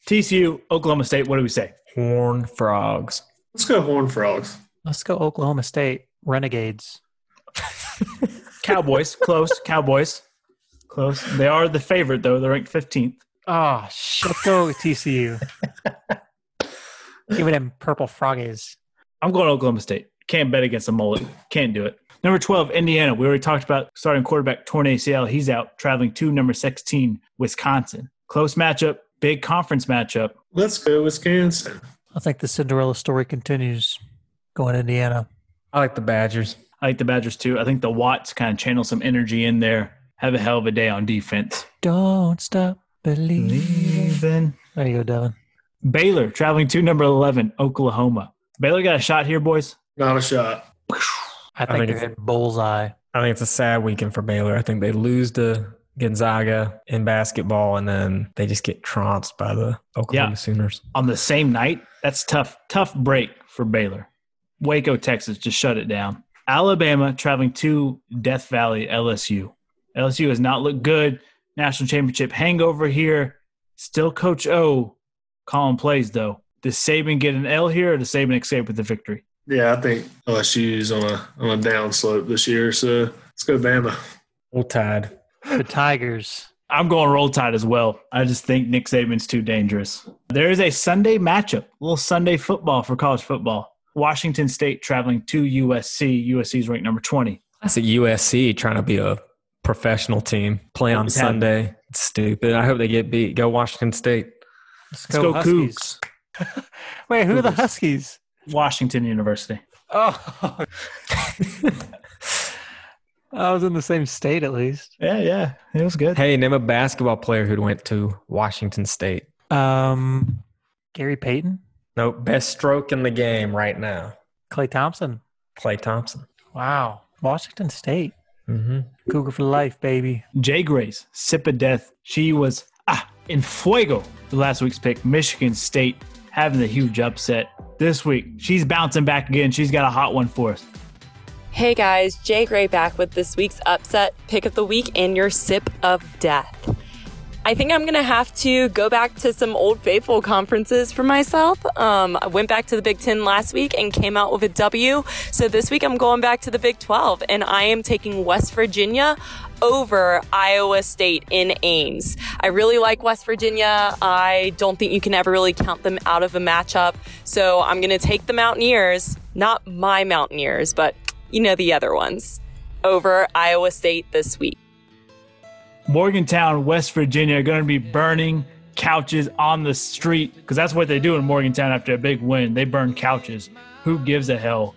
Speaker 1: TCU, Oklahoma State. What do we say?
Speaker 4: Horn frogs.
Speaker 2: Let's go Horn Frogs.
Speaker 3: Let's go Oklahoma State. Renegades.
Speaker 1: Cowboys. close. Cowboys. Close. They are the favorite though. They're ranked 15th.
Speaker 3: Oh, shit. Let's go TCU. Give me them purple froggies.
Speaker 1: I'm going Oklahoma State. Can't bet against a mullet. Can't do it. Number 12, Indiana. We already talked about starting quarterback torn ACL. He's out traveling to number 16, Wisconsin. Close matchup. Big conference matchup.
Speaker 2: Let's go Wisconsin.
Speaker 3: I think the Cinderella story continues going to Indiana.
Speaker 4: I like the Badgers.
Speaker 1: I like the Badgers too. I think the Watts kind of channel some energy in there. Have a hell of a day on defense.
Speaker 3: Don't stop believing.
Speaker 1: Leaving.
Speaker 3: There you go, Devin.
Speaker 1: Baylor traveling to number 11, Oklahoma. Baylor got a shot here, boys.
Speaker 2: Not a shot.
Speaker 3: I
Speaker 4: think
Speaker 3: think you
Speaker 4: it's-
Speaker 3: hit bullseye.
Speaker 4: I think it's a sad weekend for Baylor. I think they lose to Gonzaga in basketball, and then they just get trounced by the Oklahoma
Speaker 1: Yeah.
Speaker 4: Sooners.
Speaker 1: On the same night, that's tough, tough break for Baylor. Waco, Texas, just shut it down. Alabama traveling to Death Valley, LSU. LSU has not looked good. National championship hangover here. Still Coach O calling plays though. Does Saban get an L here, or does Saban escape with the victory?
Speaker 2: Yeah, I think LSU's on a on a down slope this year, so let's go Bama.
Speaker 4: Roll Tide.
Speaker 3: The Tigers.
Speaker 1: I'm going roll tide as well. I just think Nick Saban's too dangerous. There is a Sunday matchup, a little Sunday football for college football. Washington State traveling to USC. USC is ranked number 20.
Speaker 4: That's at USC trying to be a professional team. Play on
Speaker 1: What's happening?
Speaker 4: Sunday. It's stupid. I hope they get beat. Go Washington State.
Speaker 3: Let's
Speaker 1: go
Speaker 3: Huskies. Wait, who are the Huskies?
Speaker 1: Washington University.
Speaker 3: Oh, I was in the same state at least.
Speaker 1: Yeah, yeah. It was good.
Speaker 4: Hey, name a basketball player who went to Washington State.
Speaker 3: Um, Gary Payton,
Speaker 4: Nope. Best stroke in the game right now.
Speaker 3: Clay Thompson.
Speaker 4: Clay Thompson.
Speaker 3: Wow, Washington State.
Speaker 4: Mm-hmm.
Speaker 3: Cougar for life, baby.
Speaker 1: Jay Grace, sip of death. She was ah in fuego. The last week's pick, Michigan State, having the huge upset this week. She's bouncing back again. She's got a hot one for us.
Speaker 7: Hey guys, Jay Gray back with this week's upset pick of the week and your sip of death. I think I'm gonna have to go back to some old faithful conferences for myself. Um, I went back to the Big Ten last week and came out with a W. So this week I'm going back to the Big 12 and I am taking West Virginia over Iowa State in Ames. I really like West Virginia. I don't think you can ever really count them out of a matchup. So I'm gonna take the Mountaineers, not my Mountaineers, but you know the other ones, over Iowa State this week.
Speaker 1: Morgantown, West Virginia are going to be burning couches on the street because that's what they do in Morgantown after a big win. They burn couches. Who gives a hell?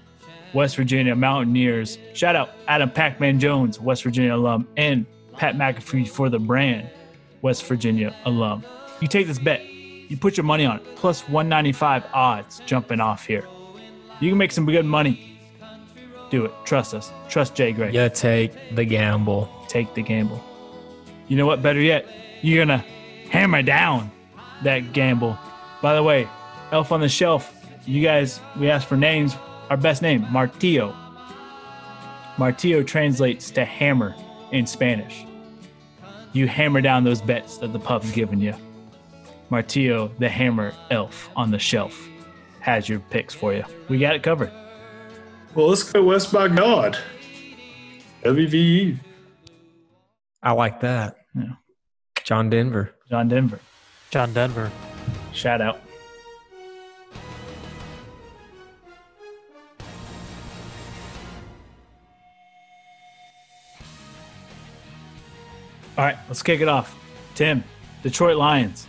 Speaker 1: West Virginia Mountaineers. Shout out Adam Pac Man Jones, West Virginia alum, and Pat McAfee for the brand, West Virginia alum. You take this bet, you put your money on it, plus 195 odds jumping off here. You can make some good money. Do it. Trust us. Trust Jay Gray
Speaker 4: You take the gamble.
Speaker 1: take the gamble. You know what? Better yet, you're gonna hammer down that gamble. By the way, Elf on the Shelf, you guys, we asked for names. Our best name, Martillo. Martillo translates to hammer in Spanish. You hammer down those bets that the pub's giving you. Martillo, the hammer elf on the shelf, has your picks for you. We got it covered.
Speaker 2: Well, let's go West by God. WVU.
Speaker 4: I like that.
Speaker 1: Yeah.
Speaker 4: John Denver.
Speaker 1: John Denver,
Speaker 3: John Denver.
Speaker 1: shout out. All right, let's kick it off. Tim, Detroit Lions,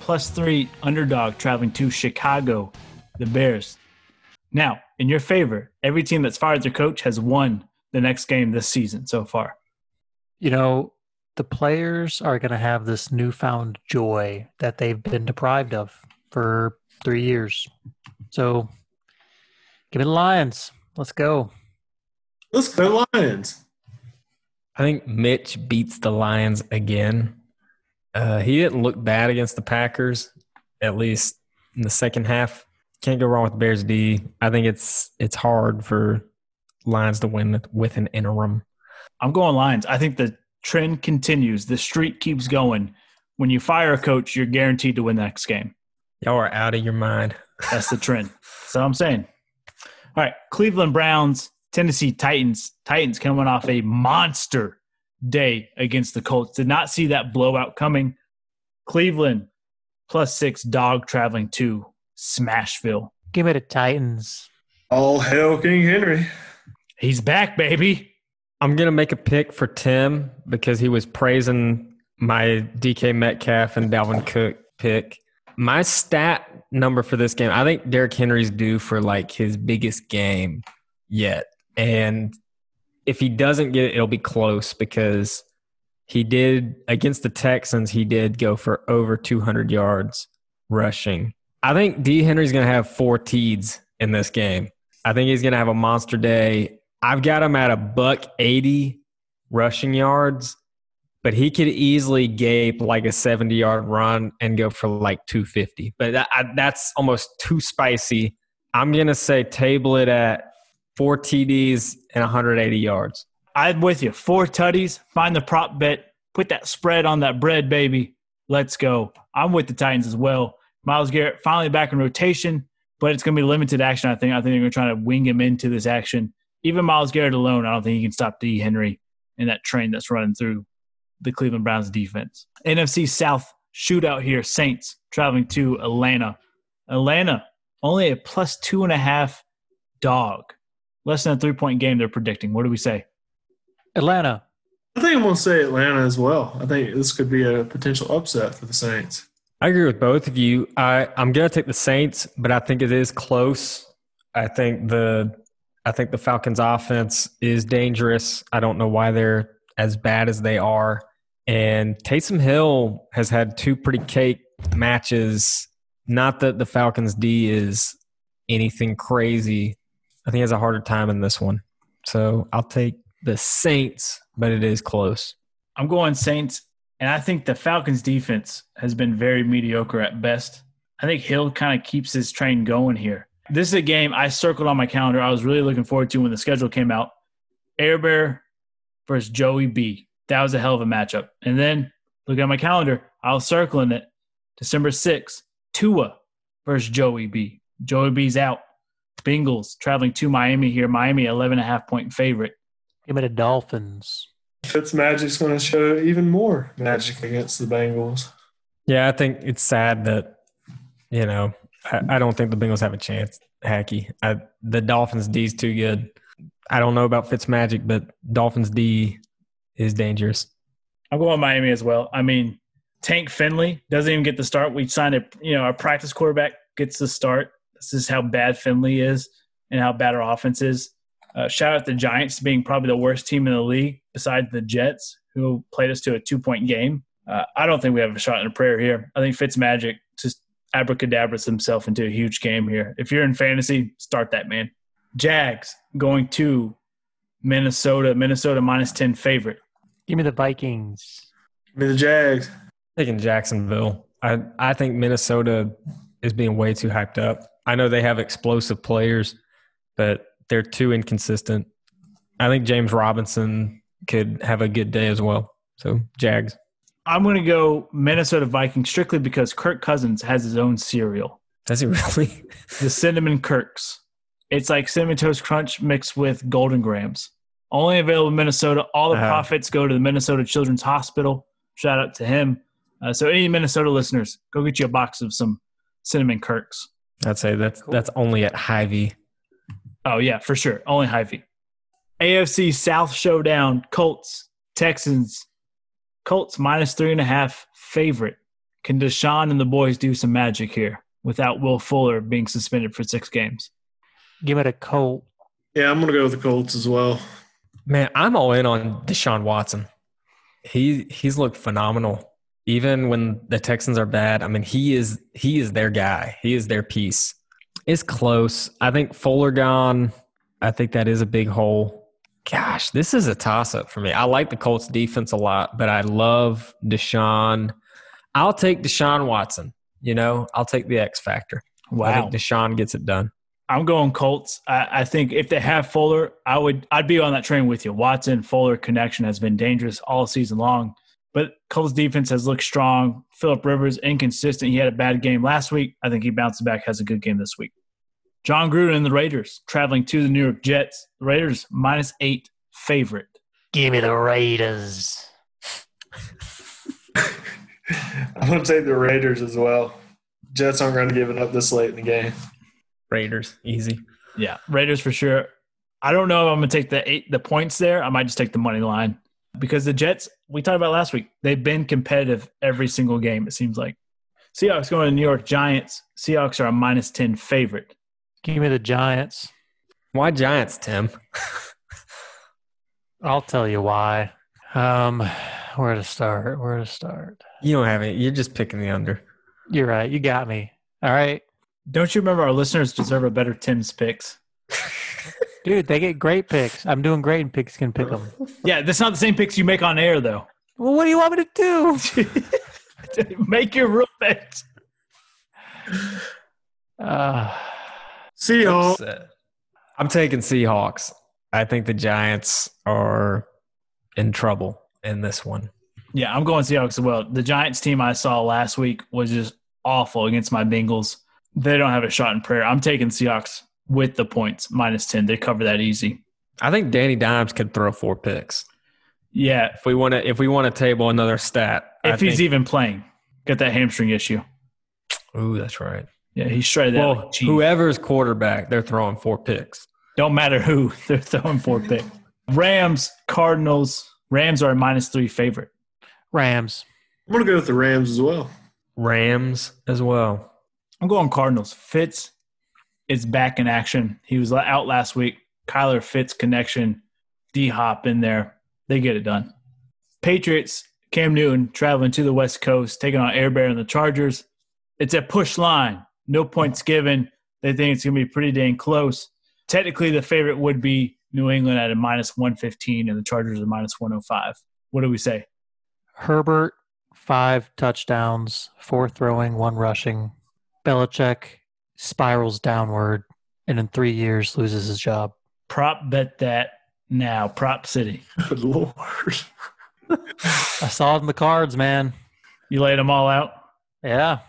Speaker 1: plus three underdog traveling to Chicago, the Bears. Now, in your favor, every team that's fired their coach has won the next game this season so far.
Speaker 3: You know, the players are going to have this newfound joy that they've been deprived of for three years. So, give me the Lions. Let's go.
Speaker 2: Let's go Lions.
Speaker 4: I think Mitch beats the Lions again. Uh, he didn't look bad against the Packers, at least in the second half. Can't go wrong with Bears D. I think it's it's hard for Lions to win with an interim.
Speaker 1: I'm going Lions. I think the trend continues. The streak keeps going. When you fire a coach, you're guaranteed to win the next game.
Speaker 4: Y'all are out of your mind.
Speaker 1: That's the trend. so I'm saying. All right, Cleveland Browns, Tennessee Titans. Titans coming off a monster day against the Colts. Did not see that blowout coming. Cleveland plus six dog traveling to Smashville.
Speaker 3: Give me the Titans.
Speaker 2: All hail King Henry.
Speaker 1: He's back, baby.
Speaker 4: I'm gonna make a pick for Tim because he was praising my DK Metcalf and Dalvin Cook pick. My stat number for this game, I think Derrick Henry's due for like his biggest game yet. And if he doesn't get it, it'll be close because he did against the Texans, he did go for over 200 yards rushing. I think D Henry's going to have four teeds in this game. I think he's going to have a monster day. I've got him at a buck 80 rushing yards, but he could easily gape like a 70 yard run and go for like 250. But that, I, that's almost too spicy. I'm going to say table it at four TDs and 180 yards.
Speaker 1: I'm with you. Four tutties. Find the prop bet. Put that spread on that bread, baby. Let's go. I'm with the Titans as well. Miles Garrett finally back in rotation, but it's going to be limited action. I think. I think they're going to try to wing him into this action. Even Miles Garrett alone, I don't think he can stop D. Henry and that train that's running through the Cleveland Browns defense. NFC South shootout here. Saints traveling to Atlanta. Atlanta only a plus two and a half dog. Less than a three point game they're predicting. What do we say?
Speaker 3: Atlanta.
Speaker 2: I think I'm going to say Atlanta as well. I think this could be a potential upset for the Saints.
Speaker 4: I agree with both of you. I, I'm going to take the Saints, but I think it is close. I think the I think the Falcons offense is dangerous. I don't know why they're as bad as they are. And Taysom Hill has had two pretty cake matches. Not that the Falcons D is anything crazy. I think he has a harder time in this one. So I'll take the Saints, but it is close.
Speaker 1: I'm going Saints, and I think the Falcons defense has been very mediocre at best. I think Hill kind of keeps his train going here. This is a game I circled on my calendar. I was really looking forward to when the schedule came out. Air Bear versus Joey B. That was a hell of a matchup. And then looking at my calendar, I was circling it. December 6th, Tua versus Joey B. Joey B's out. Bengals traveling to Miami here. Miami, 11.5 point favorite.
Speaker 3: Give me the Dolphins.
Speaker 2: Fitzmagic's going to show even more magic against the Bengals.
Speaker 4: Yeah, I think it's sad that, you know, I, I don't think the Bengals have a chance, Hacky. I, the Dolphins D's too good. I don't know about Fitzmagic, but Dolphins D is dangerous.
Speaker 1: I'm going Miami as well. I mean, Tank Finley doesn't even get the start. We signed a you know our practice quarterback gets the start. This is how bad Finley is and how bad our offense is. Uh, shout out the Giants being probably the worst team in the league besides the Jets, who played us to a two point game. Uh, I don't think we have a shot in a prayer here. I think Fitzmagic just abracadabras himself into a huge game here. If you're in fantasy, start that man. Jags going to Minnesota. Minnesota minus 10 favorite.
Speaker 3: Give me the Vikings.
Speaker 2: I mean, the Jags.
Speaker 4: Taking Jacksonville. I, I think Minnesota is being way too hyped up. I know they have explosive players, but they're too inconsistent. I think James Robinson could have a good day as well. So, Jags.
Speaker 1: I'm going to go Minnesota Vikings strictly because Kirk Cousins has his own cereal,
Speaker 4: Does he really?
Speaker 1: the Cinnamon Kirks. It's like Cinnamon Toast Crunch mixed with Golden Grams. Only available in Minnesota. All the
Speaker 4: Uh-huh.
Speaker 1: profits go to the Minnesota Children's Hospital. Shout out to him. Uh, so, any Minnesota listeners, go get you a box of some Cinnamon Kirks.
Speaker 4: I'd say that's that's only at Hy-Vee.
Speaker 1: Oh yeah, for sure. Only Hyphy. AFC South showdown: Colts, Texans. Colts minus three and a half favorite. Can Deshaun and the boys do some magic here without Will Fuller being suspended for six games?
Speaker 3: Give me the Colt.
Speaker 2: Yeah, I'm going to go with the Colts as well.
Speaker 4: Man, I'm all in on Deshaun Watson. He he's looked phenomenal. Even when the Texans are bad, I mean he is he is their guy. He is their piece. It's close. I think Fuller gone. I think that is a big hole. Gosh, this is a toss up for me. I like the Colts defense a lot, but I love Deshaun. I'll take Deshaun Watson. You know, I'll take the X factor. I
Speaker 1: Wow,
Speaker 4: think Deshaun gets it done.
Speaker 1: I'm going Colts. I, I think if they have Fuller, I would I'd be on that train with you. Watson Fuller connection has been dangerous all season long, but Colts defense has looked strong. Philip Rivers inconsistent. He had a bad game last week. I think he bounces back. Has a good game this week. John Gruden and the Raiders traveling to the New York Jets. The Raiders minus eight favorite.
Speaker 3: Give me the Raiders.
Speaker 2: I'm going to take the Raiders as well. Jets aren't going to give it up this late in the game.
Speaker 4: Raiders, easy.
Speaker 1: Yeah, Raiders for sure. I don't know if I'm gonna take the eight the points there. I might just take the money line because the Jets we talked about last week. They've been competitive every single game. It seems like Seahawks going to New York Giants. Seahawks are a minus ten favorite.
Speaker 3: Give me the Giants.
Speaker 4: Why Giants, Tim?
Speaker 3: I'll tell you why. Um, where to start? Where to start?
Speaker 4: You don't have it. You're just picking the under.
Speaker 3: You're right. You got me. All right,
Speaker 1: Don't you remember our listeners deserve a better Tim's picks?
Speaker 3: dude. They get great picks. I'm doing great, and picks can pick them.
Speaker 1: Yeah, that's not the same picks you make on air though.
Speaker 3: Well, what do you want me to do?
Speaker 1: make your real picks.
Speaker 3: Uh,
Speaker 2: Seahawks.
Speaker 4: I'm taking Seahawks. I think the Giants are in trouble in this one.
Speaker 1: Yeah, I'm going Seahawks as well. The Giants team I saw last week was just awful against my Bengals. They don't have a shot in prayer. I'm taking Seahawks with the points minus 10. They cover that easy.
Speaker 4: I think Danny Dimes could throw four picks.
Speaker 1: Yeah,
Speaker 4: If we want to, if we want to table another stat,
Speaker 1: if he's
Speaker 4: think,
Speaker 1: even playing, got that hamstring issue.
Speaker 4: ooh, that's right.
Speaker 1: Yeah, he shredded e- that.
Speaker 4: Well,
Speaker 1: like cheese.
Speaker 4: whoever's quarterback, they're throwing four picks.
Speaker 1: Don't matter who, they're throwing four pick. Rams, Cardinals. Rams are a minus three favorite.
Speaker 3: Rams.
Speaker 2: I'm going to go with the Rams as well.
Speaker 4: Rams as well.
Speaker 1: I'm going Cardinals. Fitz is back in action. He was out last week. Kyler Fitz connection, D Hop in there. They get it done. Patriots, Cam Newton traveling to the West Coast, taking on Air Bear and the Chargers. It's a push line. No points given. They think it's going to be pretty dang close. Technically, the favorite would be New England at a minus 115 and the Chargers at minus 105. What do we say?
Speaker 3: Herbert, five touchdowns, four throwing, one rushing. Belichick spirals downward and in three years loses his job.
Speaker 1: Prop bet that now. Prop City.
Speaker 2: Good Lord.
Speaker 3: I saw it in the cards, man.
Speaker 1: You laid them all out.
Speaker 3: Yeah.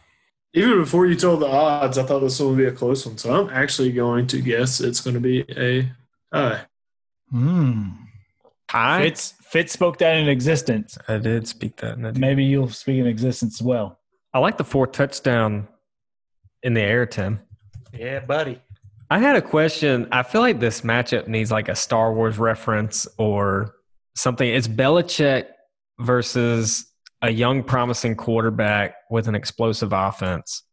Speaker 2: Even before you told the odds, I thought this one would be a close one. So I'm actually going to guess it's going to be a tie.
Speaker 1: Hmm.
Speaker 4: Tie.
Speaker 1: Fitz Fitz spoke that in existence.
Speaker 4: I did speak that. and I did-
Speaker 1: Maybe you'll speak in existence as well.
Speaker 4: I like the four touchdown in the air, Tim.
Speaker 3: Yeah, buddy.
Speaker 4: I had a question. I feel like this matchup needs like a Star Wars reference or something. It's Belichick versus a young, promising quarterback with an explosive offense.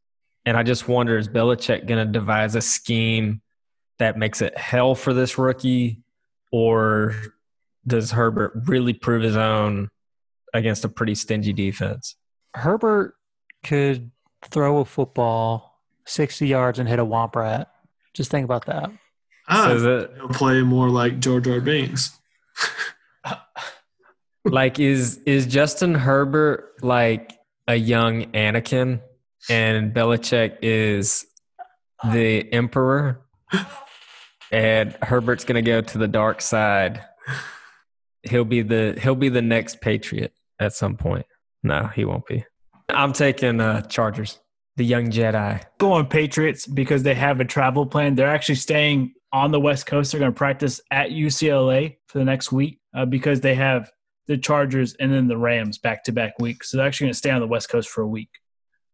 Speaker 4: And I just wonder is Belichick going to devise a scheme that makes it hell for this rookie? Or does Herbert really prove his own against a pretty stingy defense?
Speaker 3: Herbert could throw a football 60 yards and hit a womp rat. Just think about that.
Speaker 2: I
Speaker 4: So is it,
Speaker 2: will play more like George R. Binks.
Speaker 4: like is is Justin Herbert like a young Anakin and Belichick is the emperor and Herbert's going to go to the dark side. He'll be the he'll be the next patriot at some point. No, he won't be. I'm taking uh Chargers. The young Jedi.
Speaker 1: Going Patriots because they have a travel plan. They're actually staying on the West Coast. They're going to practice at UCLA for the next week uh, because they have the Chargers and then the Rams back to back week. So they're actually going to stay on the West Coast for a week.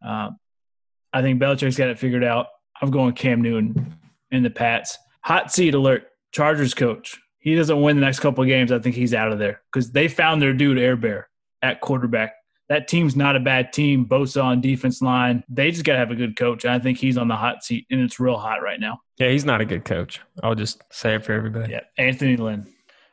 Speaker 1: Um, I think Belichick's got it figured out. I'm going Cam Newton and the Pats. Hot seat alert. Chargers coach. He doesn't win the next couple of games. I think he's out of there because they found their dude Air Bear at quarterback. That team's not a bad team. Bosa on defense line. They just got to have a good coach. And I think he's on the hot seat, and it's real hot right now.
Speaker 4: Yeah, he's not a good coach. I'll just say it for everybody.
Speaker 1: Yeah, Anthony Lynn.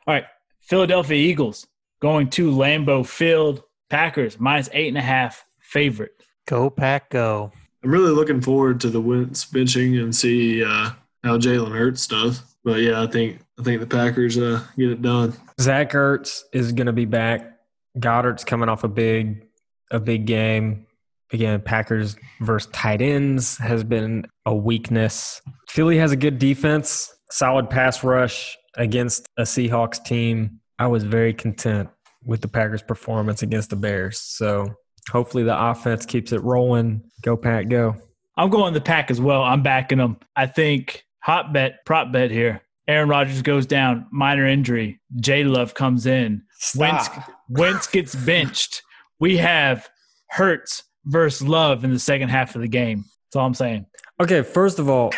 Speaker 1: All right, Philadelphia Eagles going to Lambeau Field. Packers minus eight and a half favorite.
Speaker 3: Go, Pack, go.
Speaker 2: I'm really looking forward to the Wentz benching and see uh, how Jalen Hurts does. But yeah, I think I think the Packers uh, get it done.
Speaker 4: Zach Ertz is going to be back. Goddard's coming off a big, a big game. Again, Packers versus tight ends has been a weakness. Philly has a good defense, solid pass rush against a Seahawks team. I was very content with the Packers' performance against the Bears. So hopefully the offense keeps it rolling. Go Pack, go!
Speaker 1: I'm going the pack as well. I'm backing them. I think hot bet, prop bet here. Aaron Rodgers goes down, minor injury. J Love comes in. Wentz, Wentz gets benched. We have Hertz versus Love in the second half of the game. That's all I'm saying.
Speaker 4: Okay, first of all,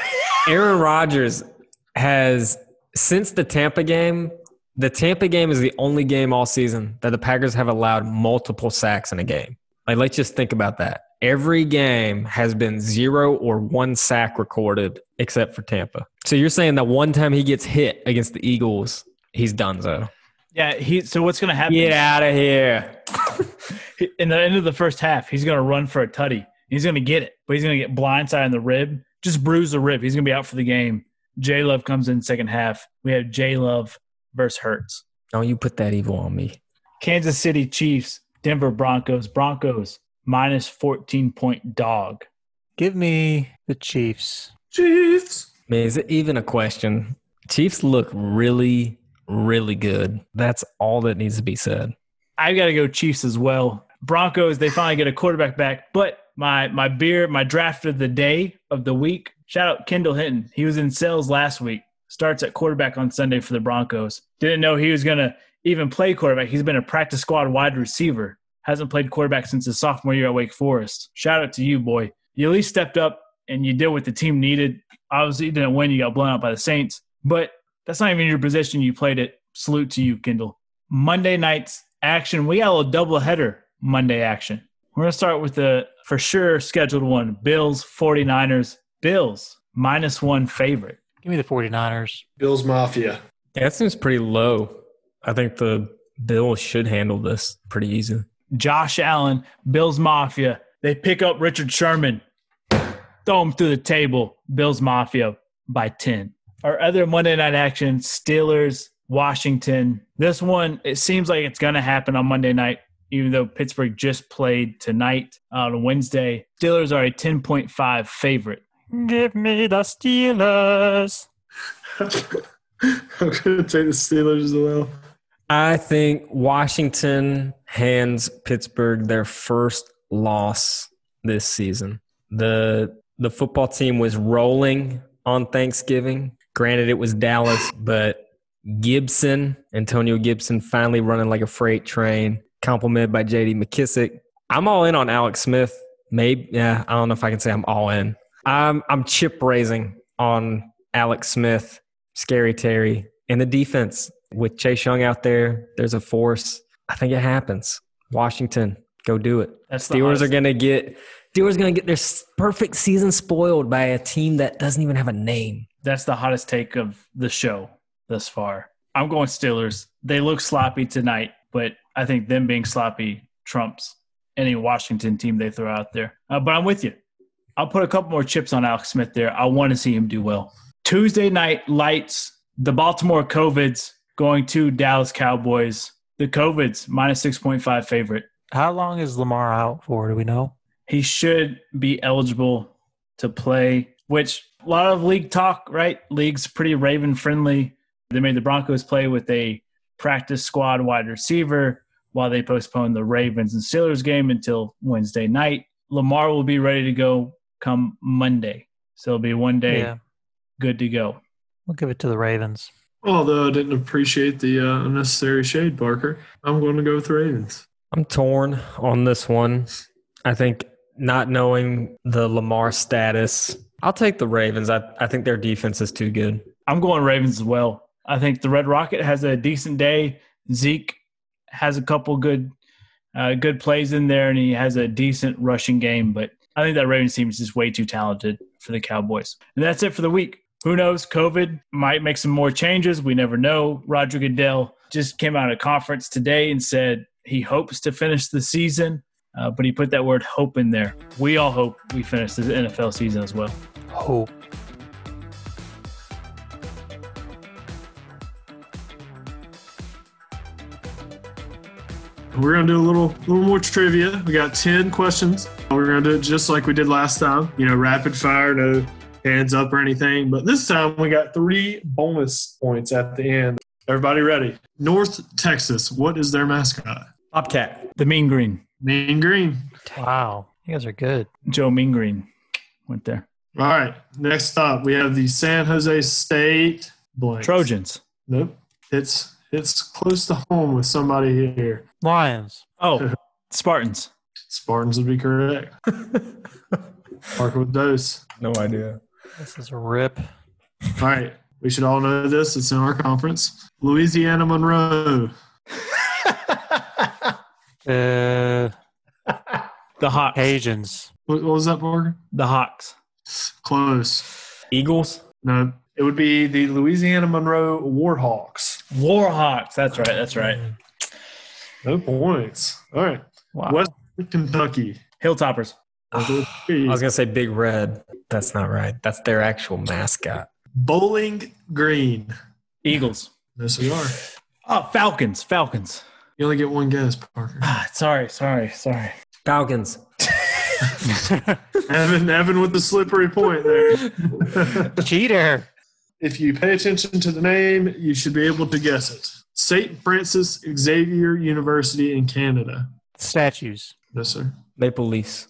Speaker 4: Aaron Rodgers has since the Tampa game, the Tampa game is the only game all season that the Packers have allowed multiple sacks in a game. Like let's just think about that. Every game has been zero or one sack recorded except for Tampa. So you're saying that one time he gets hit against the Eagles, he's done so.
Speaker 1: Yeah, he so what's gonna happen
Speaker 4: Get out of here.
Speaker 1: in the end of the first half, he's gonna run for a tutty. He's gonna get it, but he's gonna get blindsided in the rib, just bruise the rib. He's gonna be out for the game. J Love comes in second half. We have J Love versus Hertz.
Speaker 4: Don't you put that evil on me.
Speaker 1: Kansas City Chiefs, Denver Broncos, Broncos minus 14 point dog.
Speaker 3: Give me the Chiefs.
Speaker 2: Chiefs.
Speaker 4: Man, is it even a question? Chiefs look really, really good. That's all that needs to be said.
Speaker 1: I've got to go Chiefs as well. Broncos, they finally get a quarterback back, but my my beer, my draft of the day of the week. Shout out Kendall Hinton. He was in sales last week. Starts at quarterback on Sunday for the Broncos. Didn't know he was gonna even play quarterback. He's been a practice squad wide receiver. Hasn't played quarterback since his sophomore year at Wake Forest. Shout out to you, boy. You at least stepped up and you did what the team needed. Obviously, you didn't win. You got blown out by the Saints, but that's not even your position. You played it. Salute to you, Kendall. Monday night's action. We got a little double header Monday action. We're going to start with the for sure scheduled one Bills, 49ers, Bills, minus one favorite.
Speaker 3: Give me the 49ers.
Speaker 2: Bills Mafia.
Speaker 4: Yeah, that seems pretty low. I think the Bills should handle this pretty easily.
Speaker 1: Josh Allen, Bills Mafia. They pick up Richard Sherman, throw him through the table. Bills Mafia by 10. Our other Monday night action Steelers, Washington. This one, it seems like it's going to happen on Monday night, even though Pittsburgh just played tonight uh, on Wednesday. Steelers are a 10.5 favorite.
Speaker 3: Give me the Steelers.
Speaker 2: I'm going to take the Steelers as well.
Speaker 4: I think Washington hands Pittsburgh their first loss this season. The the football team was rolling on Thanksgiving. Granted it was Dallas, but Gibson, Antonio Gibson finally running like a freight train, complimented by JD McKissick. I'm all in on Alex Smith. Maybe yeah, I don't know if I can say I'm all in. I'm I'm chip raising on Alex Smith, Scary Terry, and the defense with Chase Young out there, there's a force. I think it happens. Washington, go do it.
Speaker 1: That's the
Speaker 4: Steelers
Speaker 1: hardest-
Speaker 4: are gonna get Steelers gonna get their s- perfect season spoiled by a team that doesn't even have a name.
Speaker 1: That's the hottest take of the show thus far. I'm going Steelers. They look sloppy tonight, but I think them being sloppy trumps any Washington team they throw out there. Uh, but I'm with you. I'll put a couple more chips on Alex Smith there. I want to see him do well. Tuesday night lights, the Baltimore COVIDs going to Dallas Cowboys. The COVIDs minus 6.5 favorite.
Speaker 3: How long is Lamar out for? Do we know?
Speaker 1: he should be eligible to play, which a lot of league talk, right? League's pretty Raven friendly. They made the Broncos play with a practice squad wide receiver while they postponed the Ravens and Steelers game until Wednesday night. Lamar will be ready to go come Monday. So it'll be one day
Speaker 3: Yeah,
Speaker 1: good to go.
Speaker 3: we'll give it to the Ravens.
Speaker 2: Although I didn't appreciate the uh, unnecessary shade, Barker, I'm going to go with Ravens.
Speaker 4: I'm torn on this one. I think not knowing the Lamar status, I'll take the Ravens. I, I think their defense is too good.
Speaker 1: I'm going Ravens as well. I think the Red Rocket has a decent day. Zeke has a couple good uh, good plays in there, and he has a decent rushing game. But I think that Ravens team is just way too talented for the Cowboys. And that's it for the week. Who knows? COVID might make some more changes. We never know. Roger Goodell just came out at a conference today and said he hopes to finish the season, uh, but he put that word hope in there. We all hope we finish the NFL season as well.
Speaker 3: Hope.
Speaker 2: We're going to do a little little more trivia. We got 10 questions. We're going to do it just like we did last time. You know, rapid fire, no hands up or anything. But this time we got three bonus points at the end. Everybody ready? North Texas, what is their mascot?
Speaker 4: Bobcat.
Speaker 1: The Mean Green,
Speaker 2: Mean Green.
Speaker 3: Wow, you guys are good.
Speaker 1: Joe Mean Green went there.
Speaker 2: All right. Next up, we have the San Jose State blank.
Speaker 1: Trojans.
Speaker 2: Nope. It's it's close to home with somebody here.
Speaker 3: Lions.
Speaker 1: Oh, Spartans.
Speaker 2: Spartans would be correct. Parker with those.
Speaker 4: No idea.
Speaker 3: This is a rip.
Speaker 2: All right. We should all know this. It's in our conference. Louisiana Monroe.
Speaker 3: Uh,
Speaker 1: The Hawks.
Speaker 3: Cajuns.
Speaker 2: What, what was that, Parker?
Speaker 1: The Hawks.
Speaker 2: Close.
Speaker 4: Eagles.
Speaker 2: No. It would be the Louisiana Monroe Warhawks.
Speaker 1: Warhawks. That's right. That's right.
Speaker 2: No points. All right.
Speaker 1: Wow.
Speaker 2: Western Kentucky.
Speaker 1: Hilltoppers.
Speaker 4: I was gonna say Big Red. That's not right. That's their actual mascot.
Speaker 2: Bowling Green.
Speaker 1: Eagles.
Speaker 2: Yes, we are.
Speaker 1: Oh, Falcons. Falcons.
Speaker 2: You only get one guess, Parker.
Speaker 1: Ah, sorry. Sorry. Sorry.
Speaker 4: Falcons.
Speaker 2: Evan, Evan with the slippery point there.
Speaker 3: Cheater.
Speaker 2: If you pay attention to the name, you should be able to guess it. St. Francis Xavier University in Canada.
Speaker 3: Statues.
Speaker 2: Yes, sir.
Speaker 4: Maple Leafs.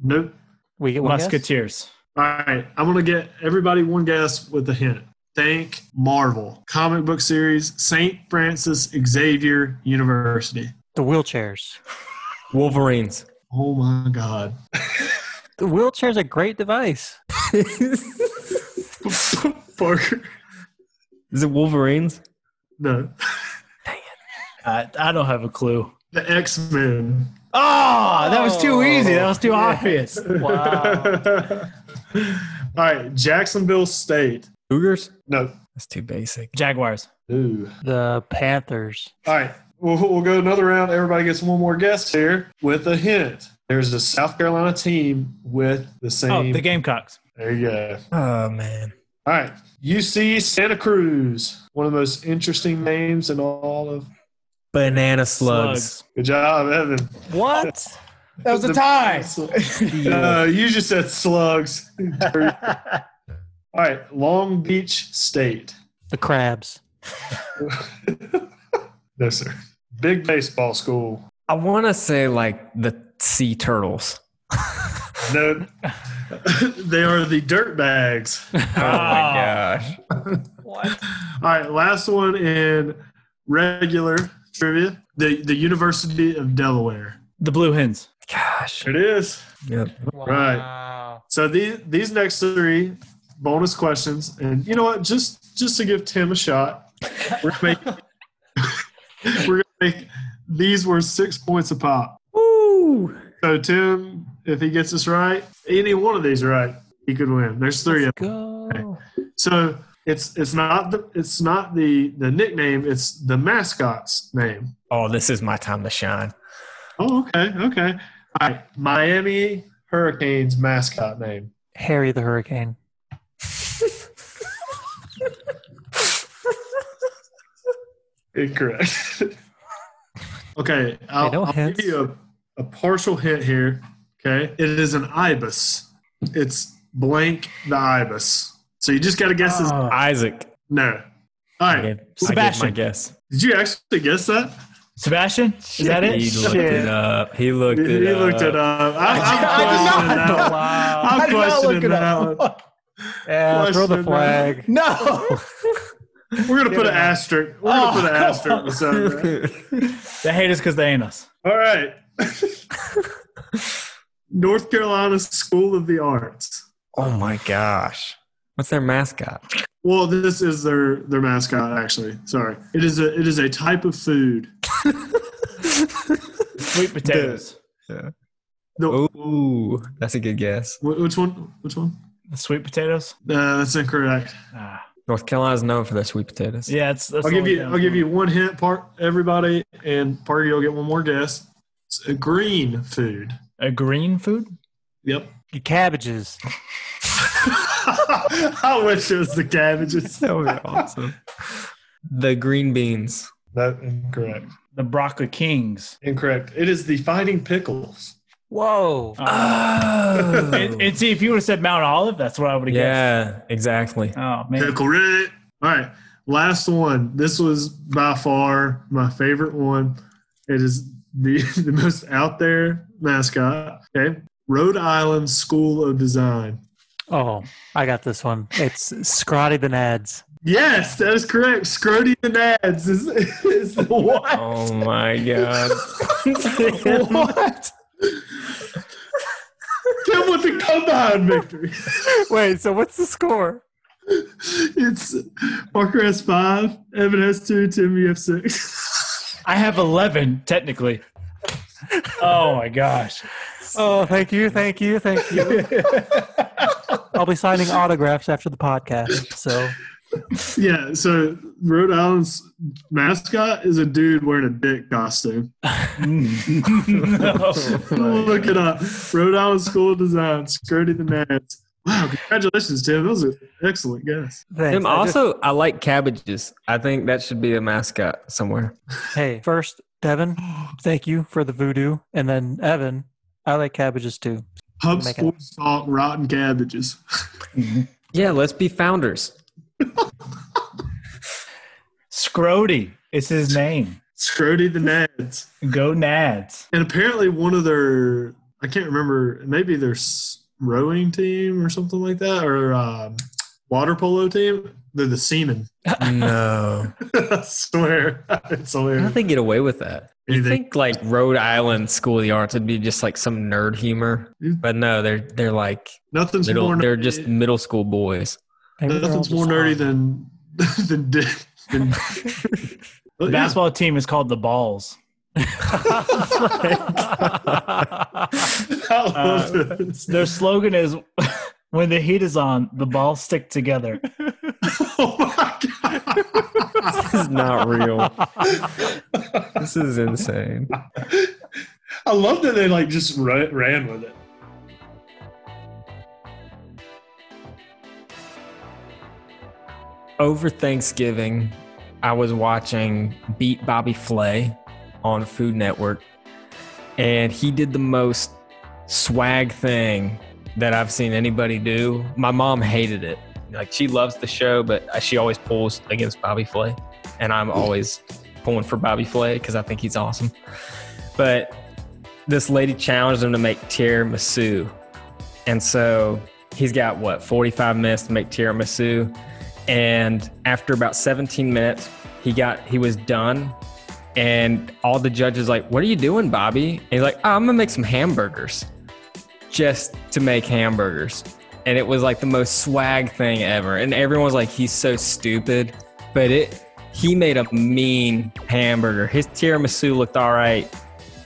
Speaker 2: Nope.
Speaker 3: We get one guess?
Speaker 1: Musketeers.
Speaker 2: All right. I'm going to get everybody one guess with a hint. Thank Marvel. Comic book series, St. Francis Xavier University.
Speaker 3: The wheelchairs.
Speaker 4: Wolverines.
Speaker 2: Oh, my God.
Speaker 3: The wheelchair's a great device.
Speaker 2: Parker.
Speaker 4: Is it Wolverines?
Speaker 2: No.
Speaker 1: I, I don't have a clue.
Speaker 2: The X Men.
Speaker 1: Oh, that was too easy. That was too obvious.
Speaker 2: Wow. All right. Jacksonville State.
Speaker 4: Cougars?
Speaker 2: No.
Speaker 4: That's too basic.
Speaker 1: Jaguars.
Speaker 2: Ooh.
Speaker 3: The Panthers.
Speaker 2: All right. We'll, we'll go another round. Everybody gets one more guess here with a hint. There's a South Carolina team with the same.
Speaker 1: Oh, the Gamecocks.
Speaker 2: there you go.
Speaker 4: Oh man.
Speaker 2: All right. UC Santa Cruz. One of the most interesting names in all of.
Speaker 4: Banana slugs.
Speaker 2: Good job, Evan.
Speaker 3: What?
Speaker 1: That was a tie.
Speaker 2: No, Uh, you just said slugs. all right. Long Beach State.
Speaker 3: the crabs.
Speaker 2: No, sir. Big baseball school.
Speaker 4: I want to say like the sea turtles.
Speaker 2: No. they are the dirt bags.
Speaker 4: Oh
Speaker 1: Ah.
Speaker 4: my gosh.
Speaker 2: All right, last one in regular trivia. The the University of Delaware.
Speaker 1: The Blue Hens.
Speaker 4: Gosh.
Speaker 2: It is.
Speaker 4: Yep.
Speaker 3: Wow.
Speaker 2: So these these next three bonus questions, and you know what? Just just to give Tim a shot, we're gonna make we're gonna make these were six points a pop.
Speaker 4: Woo.
Speaker 2: So Tim, if he gets this right, any one of these right, he could win. There's three of them.
Speaker 3: Go.
Speaker 2: So it's it's not the it's not the the nickname. It's the mascot's name.
Speaker 4: Oh, this is my time to shine.
Speaker 2: Oh, okay, okay. All right, Miami Hurricanes mascot name.
Speaker 3: Harry the Hurricane.
Speaker 2: Incorrect. okay, I'll,
Speaker 3: no
Speaker 2: I'll give
Speaker 3: hints.
Speaker 2: you a, a partial hint here. Okay, it is an ibis. It's blank the ibis. So you just got to guess.
Speaker 3: Oh.
Speaker 2: His,
Speaker 4: Isaac.
Speaker 2: no. All right.
Speaker 4: I gave- I gave
Speaker 1: Sebastian.
Speaker 4: my guess.
Speaker 2: Did you actually guess that?
Speaker 1: Sebastian? Is that it?
Speaker 4: He looked it up. He looked
Speaker 2: He
Speaker 4: it up.
Speaker 2: looked it up. I,
Speaker 1: I
Speaker 2: am
Speaker 1: uh, did not.
Speaker 2: questioning that. one. I'm
Speaker 3: Wow.
Speaker 1: did not look
Speaker 2: questioning
Speaker 1: it
Speaker 2: that
Speaker 1: up.
Speaker 2: one.
Speaker 3: Yeah, throw the
Speaker 2: Question
Speaker 3: flag.
Speaker 1: No.
Speaker 2: We're gonna put an asterisk. We're
Speaker 1: Oh,
Speaker 2: gonna put an
Speaker 1: come
Speaker 2: asterisk
Speaker 1: on.
Speaker 2: beside that.
Speaker 1: They hate us because they ain't us.
Speaker 2: All right. North Carolina School of the Arts.
Speaker 4: Oh my gosh. What's their mascot?
Speaker 2: Well, this is their their mascot actually. Sorry. It is a it is a type of food.
Speaker 1: Sweet potatoes.
Speaker 4: Oh.
Speaker 2: No,
Speaker 4: Ooh, that's a good guess.
Speaker 2: wh- which one? Which one?
Speaker 1: The sweet potatoes?
Speaker 2: Uh, that's incorrect.
Speaker 1: Ah.
Speaker 4: North Carolina's known for their sweet potatoes.
Speaker 1: yeah, it's, that's
Speaker 2: I'll
Speaker 1: the
Speaker 2: give
Speaker 1: only
Speaker 2: you
Speaker 1: thing.
Speaker 2: I'll give you one hint part everybody and Parker you'll get one more guess. It's a green food.
Speaker 1: a green food?
Speaker 2: Yep.
Speaker 3: Cabbages.
Speaker 2: I wish it was the cabbages.
Speaker 4: That would be awesome. the green beans.
Speaker 2: That incorrect.
Speaker 1: The broccoli kings.
Speaker 2: Incorrect. It is the fighting pickles.
Speaker 3: Whoa.
Speaker 4: Oh.
Speaker 1: And, and see, if you would have said Mount Olive, that's what I would have
Speaker 4: yeah, exactly.
Speaker 1: guessed. Oh, man.
Speaker 2: Pickle Rick. All right. Last one. This was by far my favorite one. It is the, the most out there mascot. Okay. Rhode Island School of Design.
Speaker 3: Oh, I got this one. It's Scrotty the Nads.
Speaker 2: Yes, that is correct. Scrody the Nads is, is the what?
Speaker 4: Oh my god.
Speaker 2: what? Tim with the combine victory.
Speaker 3: Wait, so what's the score?
Speaker 2: It's Parker has five, Evan has two, Tim, you have six.
Speaker 1: I have 11, technically. oh, my gosh.
Speaker 3: Oh, thank you, thank you, thank you. I'll be signing autographs after the podcast. So
Speaker 2: Yeah, so Rhode Island's mascot is a dude wearing a dick costume.
Speaker 1: Mm. no.
Speaker 3: Oh,
Speaker 2: Look it up. Rhode Island School of Design, Scurdy the Nads. Wow, congratulations, Tim. That was an excellent guess.
Speaker 3: thanks.
Speaker 4: Tim,
Speaker 3: I just-
Speaker 4: also, I like cabbages. I think that should be a mascot somewhere.
Speaker 3: hey, first, Devin, thank you for the voodoo. And then Evan, I like cabbages too.
Speaker 2: Pub
Speaker 3: Make it.
Speaker 2: Sports Talk Rotten Cabbages.
Speaker 4: Yeah, let's be founders.
Speaker 1: Scrody is his name.
Speaker 2: Scrody the Nads.
Speaker 1: Go Nads.
Speaker 2: And apparently, one of their, I can't remember, maybe their s- rowing team or something like that, or um, water polo team, they're the seamen.
Speaker 4: No,
Speaker 2: I swear. It's
Speaker 4: how
Speaker 2: hilarious.
Speaker 4: do they get away with that? You
Speaker 2: Anything.
Speaker 4: think like Rhode Island School of the Arts would be just like some nerd humor,
Speaker 2: Mm.
Speaker 4: but no, they're they're like
Speaker 2: Nothing's
Speaker 4: middle,
Speaker 2: more
Speaker 4: they're
Speaker 2: nerdy-
Speaker 4: just middle school boys.
Speaker 3: Maybe they're all
Speaker 2: nothing's
Speaker 3: just
Speaker 2: more nerdy
Speaker 3: on.
Speaker 2: than than di- than.
Speaker 1: The
Speaker 2: But yeah,
Speaker 1: basketball team is called the Balls.
Speaker 2: I
Speaker 4: Uh,
Speaker 2: love this.
Speaker 1: Their slogan is when the heat is on, the balls stick together.
Speaker 2: Oh my god!
Speaker 4: This is not real. this is insane.
Speaker 2: I love that they like just ra- ran with it.
Speaker 4: Over Thanksgiving, I was watching Beat Bobby Flay on Food Network, and he did the most swag thing that I've seen anybody do. My mom hated it. Like, she loves the show, but she always pulls against Bobby Flay, and I'm always pulling for Bobby Flay because I think he's awesome. But this lady challenged him to make tiramisu. And so he's got what, 45 minutes to make tiramisu and after about 17 minutes he got he was done and all the judges like what are you doing bobby and he's like oh, i'm gonna make some hamburgers just to make hamburgers and it was like the most swag thing ever and everyone was like he's so stupid but it he made a mean hamburger his tiramisu looked all right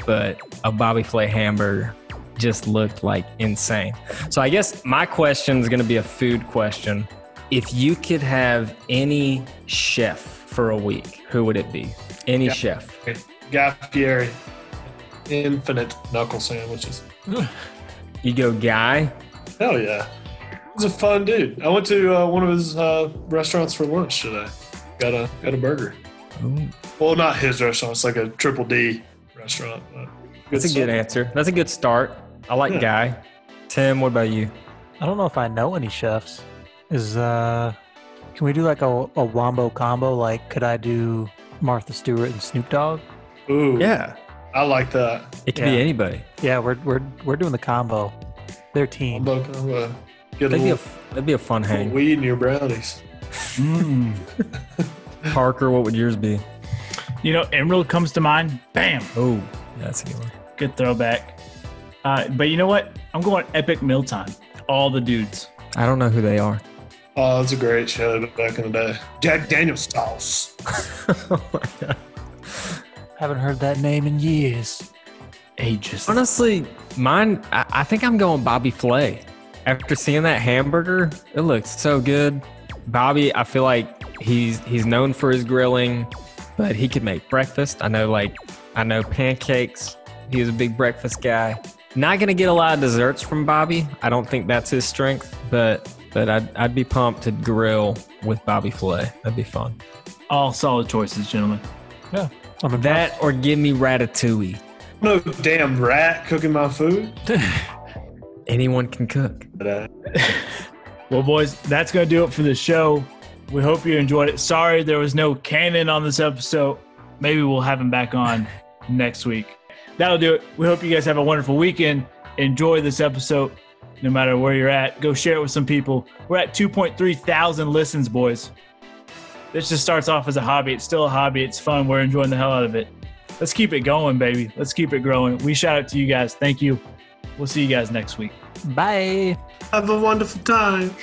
Speaker 4: but a bobby flay hamburger just looked like insane so i guess my question is going to be a food question if you could have any chef for a week, who would it be? Any
Speaker 2: Yeah.
Speaker 4: chef.
Speaker 2: Guy Fieri, infinite knuckle sandwiches.
Speaker 4: You go guy.
Speaker 2: Hell yeah! He's a fun dude. I went to uh, one of his uh, restaurants for lunch today. Got a got a burger. Well, not his restaurant. It's like a triple D restaurant. But
Speaker 4: That's a good
Speaker 2: stuff.
Speaker 4: answer. That's a good start. I like
Speaker 2: Yeah.
Speaker 4: guy. Tim, what about you?
Speaker 3: I don't know if I know any chefs. Is uh, can we do like a, a wombo combo? Like, could I do Martha Stewart and Snoop Dogg?
Speaker 2: Ooh,
Speaker 4: Yeah.
Speaker 2: I like that.
Speaker 4: It could
Speaker 3: Yeah.
Speaker 4: be anybody.
Speaker 3: Yeah, we're we're we're doing the combo. Their team.
Speaker 2: Combo combo. uh, Get a
Speaker 4: That'd be
Speaker 2: little,
Speaker 4: a, f- that'd be a fun
Speaker 2: little
Speaker 4: hang.
Speaker 2: weed in your brownies.
Speaker 1: Mm.
Speaker 4: Parker, what would yours be?
Speaker 1: You know, Emerald comes to mind. Bam.
Speaker 4: Oh, that's a good one.
Speaker 1: Good throwback. Uh, but you know what? I'm going epic mealtime. All the dudes.
Speaker 4: I don't know who they are.
Speaker 2: Oh, that's a great show back in the day. Jack Daniel sauce.
Speaker 3: Haven't heard that name in years.
Speaker 1: Ages.
Speaker 4: Honestly, mine, I, I think I'm going Bobby Flay. After seeing that hamburger, it looks so good. Bobby, I feel like he's he's known for his grilling, but he could make breakfast. I know like I know pancakes. He was a big breakfast guy. Not gonna get a lot of desserts from Bobby. I don't think that's his strength, but but I'd, I'd be pumped to grill with Bobby Flay. That'd be fun.
Speaker 1: All solid choices, gentlemen.
Speaker 3: I'm impressed.
Speaker 4: That or give me ratatouille.
Speaker 2: No damn rat cooking my food.
Speaker 4: Anyone can cook.
Speaker 2: But, uh,
Speaker 1: Well, boys, that's going to do it for the show. We hope you enjoyed it. Sorry there was no canon on this episode. Maybe we'll have him back on next week. That'll do it. We hope you guys have a wonderful weekend. Enjoy this episode, no matter where you're at. Go share it with some people. We're at 2.3 thousand listens, boys. This just starts off as a hobby. It's still a hobby. It's fun. We're enjoying the hell out of it. Let's keep it going, baby. Let's keep it growing. We shout out to you guys. Thank you. We'll see you guys next week.
Speaker 3: Bye.
Speaker 2: Have a wonderful time.